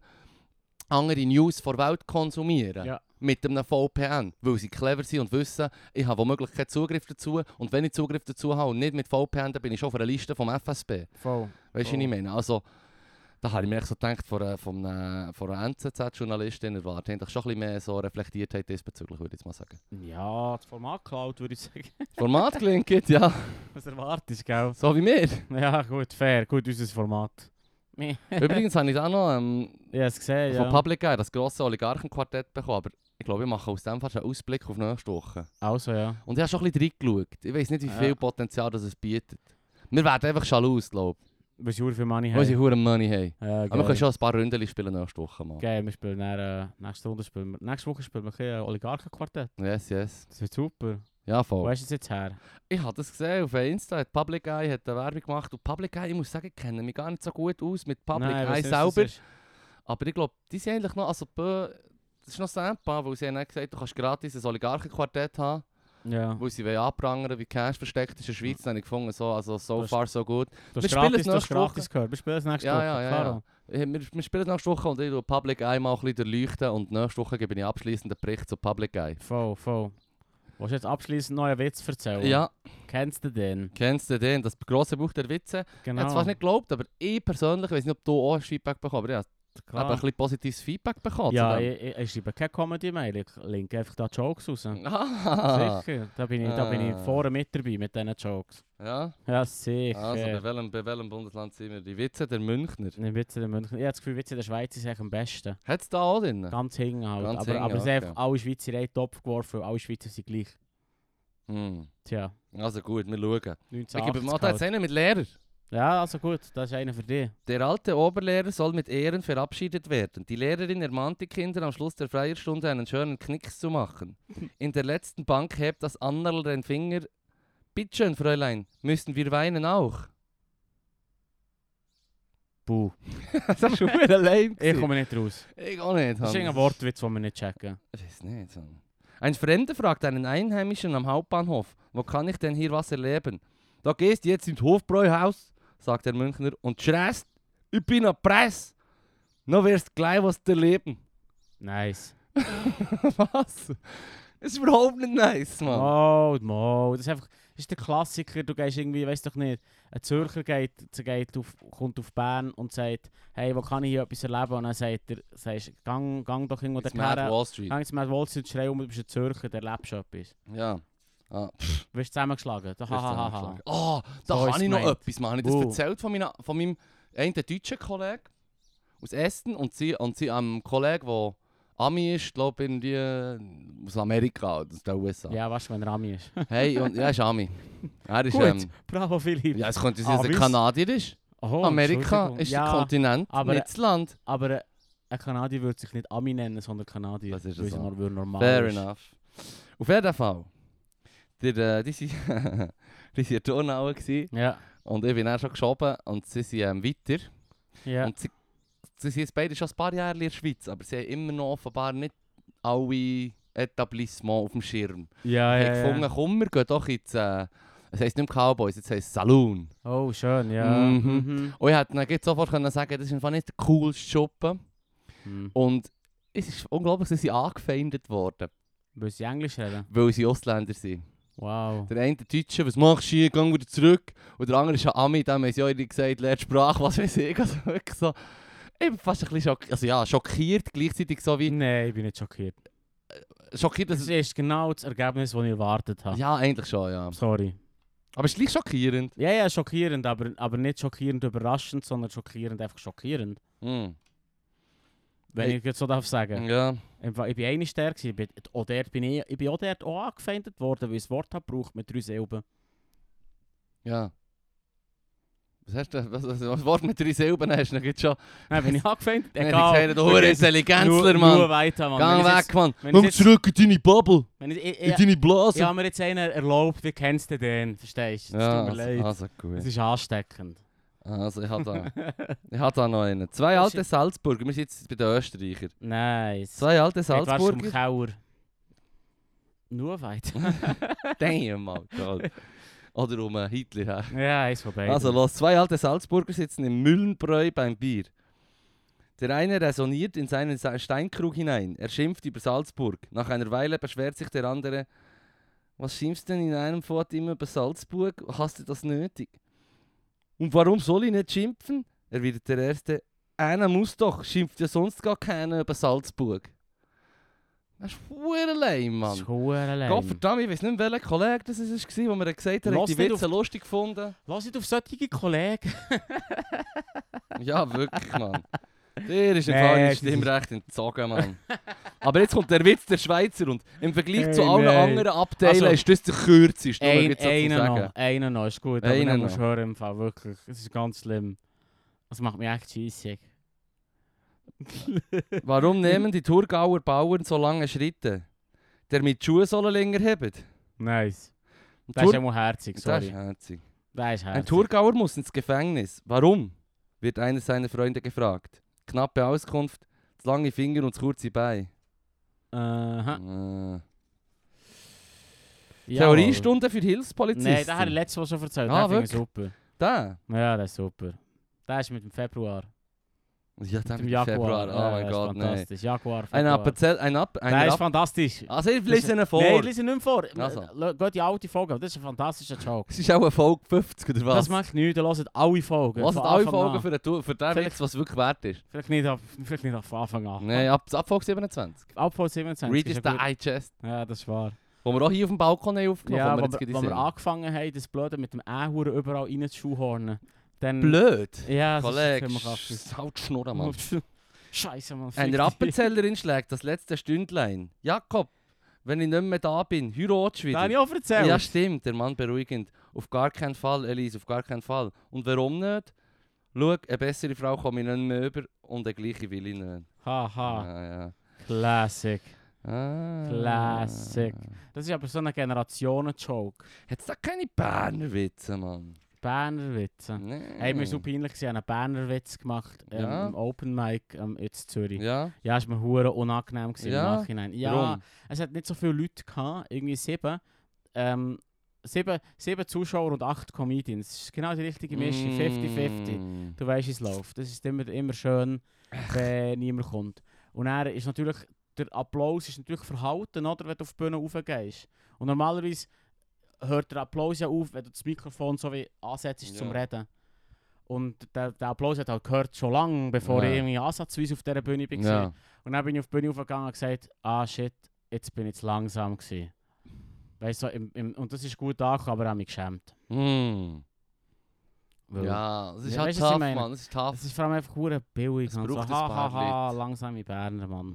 S1: andere News vor Welt konsumieren.
S2: Ja.
S1: Mit einem VPN. Weil sie clever sind und wissen, ich habe womöglich keinen Zugriff dazu. Und wenn ich Zugriff dazu habe und nicht mit VPN, dann bin ich schon auf einer Liste vom FSB.
S2: Voll.
S1: Weißt du,
S2: Oh.
S1: was ich meine? Also, da habe ich mir echt so gedacht, von einer, von einer, von einer NZZ-Journalistin erwartet, eigentlich schon ein bisschen mehr so reflektiert hat diesbezüglich, würde ich jetzt mal sagen.
S2: Ja, das Format geklaut, würde ich sagen.
S1: Format gelingt, ja.
S2: Was erwartest du, gell?
S1: So wie wir.
S2: dus Ja, gut, fair. Gut, unser Format. Ich
S1: Übrigens habe ich auch noch ähm,
S2: habe es gesehen,
S1: von
S2: ja.
S1: Public Eye das grosse Oligarchenquartett bekommen, aber ich glaube, ich mache aus dem fast einen Ausblick auf nächste Woche.
S2: Also, ja.
S1: Und ich habe schon ein bisschen reingeschaut. Ich weiß nicht, wie
S2: Ja.
S1: viel Potenzial das es bietet. Wir werden einfach schalus, glaube
S2: Weil sie verdammt viel Money
S1: ich. Weil sie
S2: haben.
S1: hohen Money haben.
S2: Ja,
S1: Aber wir
S2: geil.
S1: können schon ein paar Runden spielen nächste Woche mal.
S2: Geil, wir spielen dann, äh, nächste Runde spielen wir, nächste Woche spielen wir ein bisschen, äh, Oligarchenquartett.
S1: Yes, yes.
S2: Das wird super.
S1: Ja,
S2: Wo
S1: voll.
S2: hast du es jetzt her?
S1: Ich habe das gesehen auf Insta, hat Public Eye hat eine Werbung gemacht. Und Public Eye, ich muss sagen, ich kenne mich gar nicht so gut aus mit Public
S2: Nein,
S1: Eye
S2: weiss nicht, was das
S1: selber.
S2: ist.
S1: Aber ich glaube, die sind eigentlich noch, also bö- das ist noch Sampa, weil sie haben auch gesagt, du kannst gratis ein Oligarchenquartett haben,
S2: Ja.
S1: weil sie wollen anprangern, wie Cash versteckt ist in der Schweiz. Dann habe ich gefunden, so, also so
S2: Das-
S1: far so gut.
S2: Du
S1: Wir
S2: hast
S1: spielen
S2: gratis,
S1: es
S2: du hast
S1: nächste Woche.
S2: gratis gehört. Wir spielen es nächste
S1: Ja,
S2: Woche.
S1: ja, ja,
S2: Klaro.
S1: ja. Äh, Wir, wir spielen nächste Woche und ich tue Public Eye mal ein bisschen durchleuchten und nächste Woche gebe ich abschließend einen Bericht zu Public Eye.
S2: Voll, voll. Willst du jetzt abschließend noch einen Witz erzählen?
S1: Ja,
S2: Kennst du den?
S1: kennst du den? Das grosse Buch der Witze. Ich
S2: Genau.
S1: hätte es fast nicht geglaubt, aber ich persönlich, ich weiß nicht, ob du auch ein Feedback bekommen aber ich habe
S2: Klar.
S1: eben ein bisschen positives Feedback bekommen.
S2: ja,
S1: zu dem.
S2: ich, ich, ich schreibe keine Comedy mehr. Ich link einfach da Jokes raus.
S1: Ah,
S2: Sicher. Da bin ich, da bin ich
S1: Ah.
S2: vorne mit dabei mit diesen Jokes.
S1: ja.
S2: Ja, sicher.
S1: Also, bei welchem, bei welchem Bundesland sind wir? Die Witze der Münchner.
S2: Nicht Witze in München. Ich habe das Gefühl, Witze in der Schweiz ist eigentlich am besten.
S1: Hat es da auch drin?
S2: Ganz hingen halt.
S1: Ganz
S2: aber
S1: hingen,
S2: aber es sind
S1: okay.
S2: einfach alle Schweizer in einen Topf geworfen, weil alle Schweizer sind gleich.
S1: Hm.
S2: Tja,
S1: Also gut, wir schauen. Wir
S2: 1980
S1: geben mal
S2: halt.
S1: jetzt einen mit Lehrer.
S2: Ja, also gut, das ist einer für dich.
S1: Der alte Oberlehrer soll mit Ehren verabschiedet werden. Die Lehrerin ermahnt die Kinder, am Schluss der Freierstunde einen schönen Knicks zu machen. In der letzten Bank hebt das Annerl den Finger. Bittschön, Fräulein, müssen wir weinen auch?
S2: Buh.
S1: das ist schon wieder lame.
S2: Ich
S1: gewesen.
S2: komme nicht raus.
S1: ich auch nicht.
S2: Das ist
S1: Hans.
S2: irgendein Wortwitz, den wir nicht checken.
S1: Ich weiß nicht. so. Ein Fremder fragt einen Einheimischen am Hauptbahnhof, wo kann ich denn hier was erleben? Da gehst jetzt ins Hofbräuhaus, sagt der Münchner, und schreist, ich bin ein Preis. Noch wirst gleich was erleben.
S2: Nice.
S1: was? Das ist überhaupt nicht nice, Mann.
S2: Oh, Mo, das ist einfach das ist der Klassiker. Du gehst irgendwie, weiß doch nicht, ein Zürcher geht, zu- geht auf, kommt auf Bern und sagt, hey, wo kann ich hier etwas erleben? Und dann sagt er, sagst, gang, gang doch irgendwo
S1: It's Mad
S2: dorthin.
S1: Wall Street.
S2: Gang zu Mad Wall Street, schrei um, du bist ein Zürcher, der erlebst etwas.
S1: Ja. Ah, pff,
S2: Du wirst zusammengeschlagen. Da, ha,
S1: jetzt
S2: ha, ha, ha.
S1: zusammengeschlagen. Oh, da
S2: So
S1: kann
S2: ist's
S1: ich noch
S2: gemeint.
S1: etwas machen. Ich habe
S2: Uh.
S1: das erzählt von, meiner, von meinem einen deutschen Kollegen aus Essen und sie und sie einem Kollegen, der Ami ist, glaube ich, irgendwie, äh, aus Amerika, aus den USA.
S2: Ja, weißt du, wenn er Ami ist.
S1: Hey, und er ist Ami. Er ist,
S2: Gut.
S1: ähm,
S2: Bravo, Philipp.
S1: ja, es könnte sein, dass er
S2: Amis?
S1: Kanadier ist.
S2: Oh,
S1: Amerika
S2: Entschuldigung.
S1: ist der
S2: ja,
S1: Kontinent,
S2: aber-
S1: nicht das Land.
S2: Aber äh, ein Kanadier würde sich nicht Ami nennen, sondern Kanadier.
S1: Das ist
S2: weil
S1: so.
S2: er mal- weil er normal
S1: Fair
S2: ist.
S1: enough. Auf jeden Fall. Der, äh, die waren die sind in Turnau gewesen
S2: Ja,
S1: und ich bin dann schon geschoben und sie sind ähm, weiter.
S2: ja.
S1: Und sie, sie sind jetzt beide schon ein paar Jahre in der Schweiz, aber sie haben immer noch offenbar nicht alle Etablissements auf dem Schirm.
S2: ja,
S1: Ich
S2: ja,
S1: habe
S2: ja.
S1: gefunden, komm, wir gehen doch jetzt... Äh, es heisst nicht mehr Cowboys, jetzt heisst es Saloon.
S2: Oh, schön, ja.
S1: Mhm. Und ich hätte dann gleich sofort können sagen das ist einfach nicht der coolste Schuppen.
S2: Mhm.
S1: Und es ist unglaublich, sie sind angefeindet worden,
S2: Weil sie Englisch reden?
S1: weil sie Ausländer sind.
S2: Wow.
S1: Der eine der Deutsche, was machst du hier, geh wieder zurück. Und der andere ist ein Ami, dem haben sie auch irgendwie gesagt, lerne Sprache, was weiß ich. Also wirklich so... Ich bin fast ein bisschen schock also ja, schockiert, gleichzeitig so wie...
S2: Nein, ich bin nicht schockiert.
S1: Schockiert,
S2: Das
S1: dass...
S2: ist genau das Ergebnis, das ich erwartet habe.
S1: Ja, eigentlich schon, ja.
S2: Sorry.
S1: Aber es ist gleich schockierend.
S2: Ja, ja, schockierend, aber, aber nicht schockierend überraschend, sondern schockierend einfach schockierend.
S1: Mhm.
S2: Wenn
S1: Hey.
S2: ich jetzt so darf sagen.
S1: Ja.
S2: Im Fall, Ich bin eine Stärke, ich bin, auch dort bin ich, ich bin auch dort auch angefeindet worden, weil ich das Wort habe gebraucht mit drei Silben.
S1: Ja. Was hast du... Was, was, was Wort mit drei Silben hast du noch jetzt schon...
S2: Nein, bin ich angefeindet?
S1: Dann
S2: Egal.
S1: habe ich gesagt, du hure
S2: Nur-
S1: Intelligenzler,
S2: Nur
S1: Mann.
S2: weiter, Mann.
S1: Gang
S2: Wenn ich
S1: weg, Mann.
S2: wenn
S1: Komm
S2: ich's jetzt-
S1: zurück in deine Bubble,
S2: jetzt- Wenn ich, ich,
S1: in
S2: ich,
S1: deine Blase.
S2: ich habe mir jetzt einen erlaubt, wie kennst du den? Verstehst du? Es tut mir
S1: also,
S2: leid.
S1: also
S2: Es
S1: gut.
S2: ist ansteckend.
S1: Also, ich habe da, ich hab da noch einen. Zwei
S2: Das
S1: alte Salzburger, wir sind jetzt bei den Österreichern.
S2: Nice.
S1: Zwei alte
S2: Jetzt wärst du vom
S1: Salzburger.
S2: Kauer. Nur weit.
S1: Damn, Alter. Oder um äh, Hitler. her.
S2: ja, eins von beiden.
S1: Also los, zwei alte Salzburger sitzen im Müllenbräu beim Bier. Der eine resoniert in seinen Sa- Steinkrug hinein. Er schimpft über Salzburg. Nach einer Weile beschwert sich der andere. Was schimpfst denn in einem Fort immer über Salzburg? Hast du das nötig? Und warum soll ich nicht schimpfen? Erwidert der erste. Einer muss doch, schimpft ja sonst gar keiner über Salzburg. Das ist verdammt lame,
S2: Das
S1: Mann.
S2: ist verdammt lame.
S1: Gottverdammt, ich weiß nicht, welcher Kollege das war, wo mir gesagt hat, er
S2: Lass
S1: hat die
S2: nicht
S1: Witze lustig gefunden.
S2: Lass nicht auf solche Kollegen.
S1: Ja, wirklich, Mann. Der ist im
S2: Nee,
S1: Fall
S2: es
S1: dein
S2: ist-
S1: Stimmrecht entzogen, Mann. Aber jetzt kommt der Witz der Schweizer und im Vergleich zu
S2: Hey,
S1: allen
S2: nein.
S1: anderen Abteilen
S2: Also,
S1: ist das der kürzeste. nur
S2: Ein,
S1: jetzt so zu
S2: einer
S1: sagen.
S2: noch, einer noch, ist gut.
S1: Einer
S2: aber dann
S1: noch.
S2: musst du hören im Fall, wirklich. Es ist ganz schlimm. Das macht mich echt scheissig.
S1: Warum nehmen die Thurgauer Bauern so lange Schritte? Der mit Schuhen soll länger haben.
S2: Nice.
S1: Ein
S2: Das ist
S1: Thur-
S2: immer herzig,
S1: das ist
S2: sorry.
S1: herzig.
S2: Das ist
S1: Ein
S2: herzig.
S1: Thurgauer muss ins Gefängnis. Warum? wird einer seiner Freunde gefragt. Knappe Auskunft, zu lange Finger und zu kurze Beine.
S2: Aha.
S1: Äh.
S2: Ah. Ja,
S1: Theoriestunde für
S2: Nein,
S1: Hilfspolizisten.
S2: das habe ich letztes Mal schon erzählt.
S1: Ah,
S2: Ah, das super.
S1: Da?
S2: Ja, das ist super. Das ist mit dem Februar.
S1: Ja,
S2: Mit
S1: dann
S2: dem
S1: im
S2: Jaguar.
S1: Februar.
S2: Ja,
S1: Oh mein
S2: das ist
S1: Gott, nein.
S2: Fantastisch. Jaguar.
S1: Ein
S2: Februar.
S1: Appenzell, ein App, ein
S2: Das ist
S1: App.
S2: fantastisch.
S1: Also ich lese ihn vor.
S2: Nein, lese nicht vor.
S1: Also.
S2: Also. Geht die alte Folge, aber das ist ein fantastischer Joke.
S1: es ist auch eine Folge 50 oder was?
S2: Das macht nichts, dann hört alle Folgen.
S1: was
S2: von
S1: alle
S2: Anfang
S1: Folgen
S2: an.
S1: für, den Tu- für den
S2: Vielleicht-
S1: Witz, was wirklich wert ist?
S2: Vielleicht nicht, ab, vielleicht nicht ab von Anfang an.
S1: Nein, ab, ab Folge 27.
S2: Ab Folge 27.
S1: Read
S2: ist
S1: is
S2: ja
S1: the
S2: gut.
S1: Digest.
S2: Ja, das ist wahr.
S1: Wo wir auch hier auf dem Balkon haben aufgenommen
S2: Ja,
S1: wo
S2: wo
S1: wir jetzt
S2: wir,
S1: gerade
S2: wo wir
S1: sehen.
S2: angefangen haben, das Blöde mit dem Ähuren überall reinzuschuhhornen. Dann...
S1: Blöd.
S2: Ja, Also, das
S1: Kollege,
S2: ist ziemlich
S1: sch- halt die Schnurren, Mann.
S2: affig. Scheiße, Mann. fick
S1: Ein
S2: dich.
S1: Rappenzellerin schlägt das letzte Stündlein. Jakob, wenn ich nicht mehr da bin, heiratest du
S2: Das
S1: wieder.
S2: habe ich auch erzählt.
S1: Ja, stimmt, der Mann beruhigend. Auf gar keinen Fall, Elise, auf gar keinen Fall. Und warum nicht? Schau, eine bessere Frau komme ich nicht mehr über und eine gleiche will ich nicht.
S2: Haha,
S1: Ja, ja.
S2: Classic.
S1: Ah.
S2: Classic. Das ist aber so eine Generationen-Joke.
S1: Hat's da keine Berner Witze, Mann?
S2: Berner Witze.
S1: Nee.
S2: Hey, mir war so peinlich, ich habe einen Berner Witz gemacht ähm,
S1: Mm. Ja.
S2: im Open Mic ähm, jetzt in Zürich. Ja,
S1: Ja?
S2: ist mir hure unangenehm gewesen
S1: Ja?
S2: im Nachhinein. Ja,
S1: Warum?
S2: es hat nicht so viele Leute gehabt, irgendwie sieben. Ähm, sieben, sieben Zuschauer und acht Comedians. Das ist genau die richtige Mischung, 50-50.
S1: Mm.
S2: Du weißt, wie es läuft. Das ist immer, immer schön, wenn niemand kommt. Und er ist natürlich, der Applaus ist natürlich verhalten, oder, wenn du auf die Bühne raufgehst. Und normalerweise hört der Applaus ja auf, wenn du das Mikrofon so wie ansetzt zum
S1: Ja.
S2: Reden. Und der, der Applaus hat halt gehört schon lange, bevor
S1: Ja.
S2: ich irgendwie ansatzweise auf dieser Bühne war.
S1: Ja.
S2: Und dann bin ich auf die Bühne aufgegangen und gesagt, ah shit, jetzt bin ich zu langsam gewesen. Weißt du, so im, im, und das ist gut angekommen, aber ich habe mich geschämt.
S1: Mm.
S2: Weil-
S1: ja, das ist
S2: Ja,
S1: halt
S2: weißt du, was ich
S1: tough,
S2: meine?
S1: Mann. Das ist tough.
S2: Es ist vor allem einfach hure billig.
S1: Es
S2: und
S1: braucht
S2: so,
S1: ein paar
S2: ha, ha, ha,
S1: Leute.
S2: langsame Berner, Mann.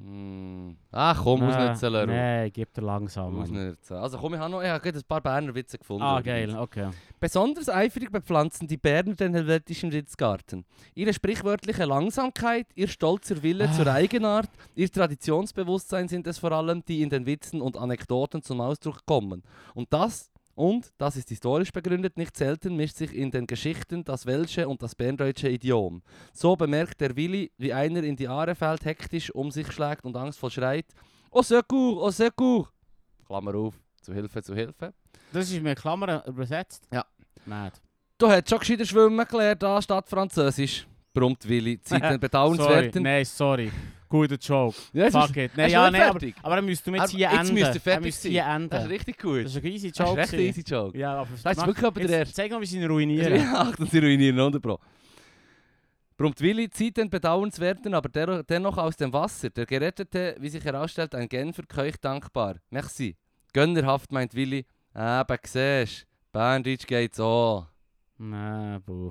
S1: Mm. Ach komm,
S2: Äh,
S1: ausnutzen, Leru.
S2: Nee, gib dir langsam, Mann.
S1: Ausnutzen. Also komm, ich habe noch ich hab gerade ein paar Berner Witze gefunden.
S2: Ah,
S1: übrigens.
S2: geil, okay.
S1: Besonders eifrig bepflanzen die Berner den helvetischen Ritzgarten. Ihre sprichwörtliche Langsamkeit, ihr stolzer Wille zur Eigenart, ihr Traditionsbewusstsein sind es vor allem, die in den Witzen und Anekdoten zum Ausdruck kommen. Und das, und das ist historisch begründet, nicht selten mischt sich in den Geschichten das Welsche und das Berndeutsche Idiom. So bemerkt der Willi, wie einer in die Aare fällt, hektisch um sich schlägt und angstvoll schreit: O Secours, o Secours! Klammer auf, zu Hilfe, zu Hilfe.
S2: Das ist mit Klammern übersetzt?
S1: Ja.
S2: Mad.
S1: Du hättest schon gescheiter schwimmen gelernt, anstatt Französisch. Brummt Willi, Zeit den
S2: Sorry,
S1: bedauernswerten.
S2: nee, sorry. Guter Joke.
S1: Ja, es ist-
S2: Fuck it. Nee,
S1: ist
S2: ja,
S1: noch
S2: nee,
S1: nicht
S2: aber,
S1: fertig.
S2: aber dann müsst du jetzt
S1: Aber
S2: hier
S1: jetzt
S2: enden.
S1: müsst ihr
S2: Er
S1: fertig
S2: müsst
S1: sein.
S2: hier
S1: Das ist
S2: enden.
S1: richtig gut.
S2: Das ist ein easy
S1: Das ist
S2: Joke.
S1: recht ein
S2: gewesen.
S1: easy Joke.
S2: Ja, aber
S1: Das ist
S2: mach-
S1: wirklich aber der
S2: jetzt
S1: erste.
S2: Zeig noch, wie sie ihn
S1: Ja,
S2: ruinieren.
S1: Achtung, sie ruinieren unter Bro. Brummt Willi, Zeit den bedauernswerten, aber der, dennoch aus dem Wasser. Der Gerettete, wie sich herausstellt, ein Genfer keucht dankbar. Merci. Gönnerhaft meint Willi. Eben, siehst Berndeutsch geht's auch.
S2: Nee, buh.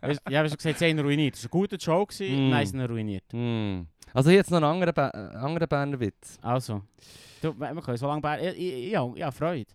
S2: Weisst- ja, wie schon gesagt, sie haben ihn ruiniert. Das war ein guter Joke, gewesen,
S1: Mm.
S2: nein, sie haben ihn ruiniert.
S1: Hm. Also hier jetzt noch einen anderen, Be äh, anderen Berner Witz.
S2: Also, du, wir wir können so lange bei. Ich, ich, ich, hab- ich habe Freude.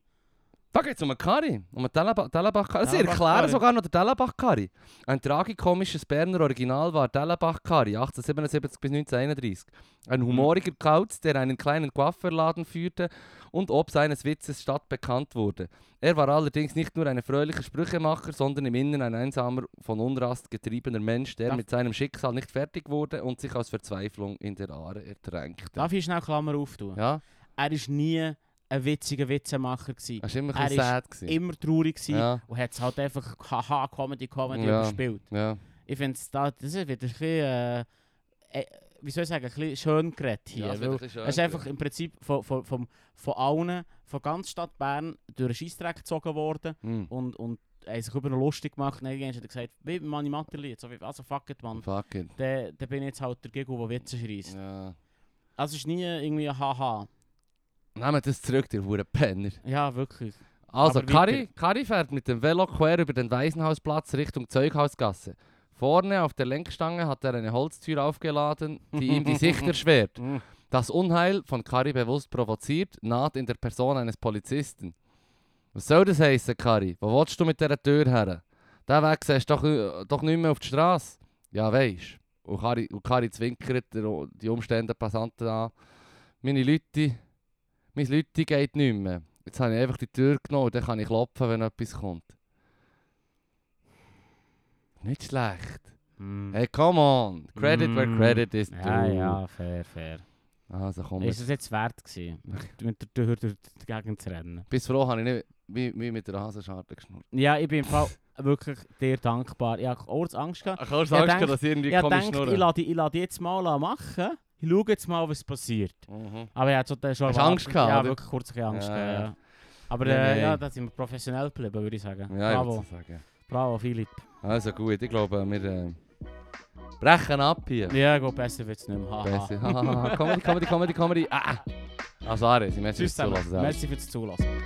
S1: Da geht es um einen Curry, um einen Telebach Telebach-Curry. Sie erklären
S2: Telebach-Curry.
S1: sogar noch den Telebach-Curry. Ein tragikomisches Berner Original war Telebach-Curry, 1877 bis 1931. Ein humoriger Kauz, der einen kleinen Coiffeurladen führte und ob seines Witzes stadtbekannt wurde. Er war allerdings nicht nur ein fröhlicher Sprüchemacher, sondern im Inneren ein einsamer, von Unrast getriebener Mensch, der
S2: Darf-
S1: mit seinem Schicksal nicht fertig wurde und sich aus Verzweiflung in der Aare ertränkte.
S2: Darf ich schnell Klammer auftun?
S1: Ja,
S2: Er war nie ein witziger Witzemacher. Gewesen.
S1: das war immer
S2: Er
S1: ein bisschen
S2: ist
S1: sad. gewesen.
S2: Immer traurig gewesen
S1: Ja.
S2: und hat es halt einfach haha, Comedy, Comedy
S1: Ja.
S2: überspielt.
S1: Ja.
S2: Ich finde, da, das wird ein bisschen, äh, äh, wie soll ich sagen, ein bisschen schön geredet hier.
S1: Ja, das wird
S2: weil
S1: ein bisschen schön
S2: es ist einfach im Prinzip von, von, von, von allen, von ganz Stadt Bern, durch den Scheissdreck gezogen worden
S1: Hm.
S2: und, und haben sich über ihn lustig gemacht. Und irgendwann hat er gesagt, wie Manni Matterli, so wie- also fuck it, Mann.
S1: Fuck it.
S2: Dann, dann bin ich jetzt halt der Gegner, der Witze schreist.
S1: Ja.
S2: Also es ist nie irgendwie ein Haha.
S1: Nehmt das zurück, ihr verdammten Penner.
S2: Ja, wirklich.
S1: Also,
S2: Aber
S1: Kari, Kari fährt mit dem Velo quer über den Waisenhausplatz Richtung Zeughausgasse. Vorne auf der Lenkstange hat er eine Holztür aufgeladen, die ihm die Sicht erschwert.
S3: Mhm.
S1: Das Unheil, von Kari bewusst provoziert, naht in der Person eines Polizisten. Was soll das heißen, Kari? Wo willst du mit dieser Tür her? Der Weg siehst du doch, äh, doch nicht mehr auf die Straße. Ja, weisst. Und Kari, und Kari zwinkert der- die umstehenden Passanten an. Meine Leute, mein Leute geht nicht mehr. Jetzt habe ich einfach die Tür genommen, dann kann ich klopfen, wenn etwas kommt. Nicht schlecht. Hey, come on. Credit where
S2: Mm.
S1: credit is due.
S2: Ja, ja, fair, fair.
S1: Also komm,
S2: Ist es jetzt wert gewesen, mit- mit der Tür durch die Gegend zu rennen?
S1: bis froh habe ich nicht wie, wie mit der Hasenscharte geschnurrt.
S2: Ja, ich bin im Fall wirklich dir dankbar. Ich habe Ortsangst gehabt.
S1: Ich habe
S2: Ja, denk-
S1: dass irgendwie
S2: Ich dachte, ich lasse die, ich lasse die jetzt mal machen. Ich schaue jetzt mal, was passiert.
S1: Mhm.
S2: Aber er hat schon, schon
S1: Hast du
S2: erwartet-
S1: Angst gehabt,
S2: Ja,
S1: oder?
S2: wirklich kurz ein bisschen Angst
S1: Ja,
S2: gehabt,
S1: ja.
S2: ja. Aber
S1: Nein,
S2: äh,
S1: nein.
S2: ja, da sind wir professionell geblieben, würde ich sagen.
S1: Ja, ich
S2: bravo,
S1: würde sagen.
S2: bravo, Philipp.
S1: Also gut, ich glaube, wir äh, brechen ab hier.
S2: Ja, gut, besser wird es nicht mehr. Haha.
S1: Besser. Comedy, Comedy, Comedy, Comedy. Ah! Also, Ares, ich merke,
S2: Tschüss
S1: dass du
S2: zusammen.
S1: zuhörst.
S2: Merci fürs Zulassen.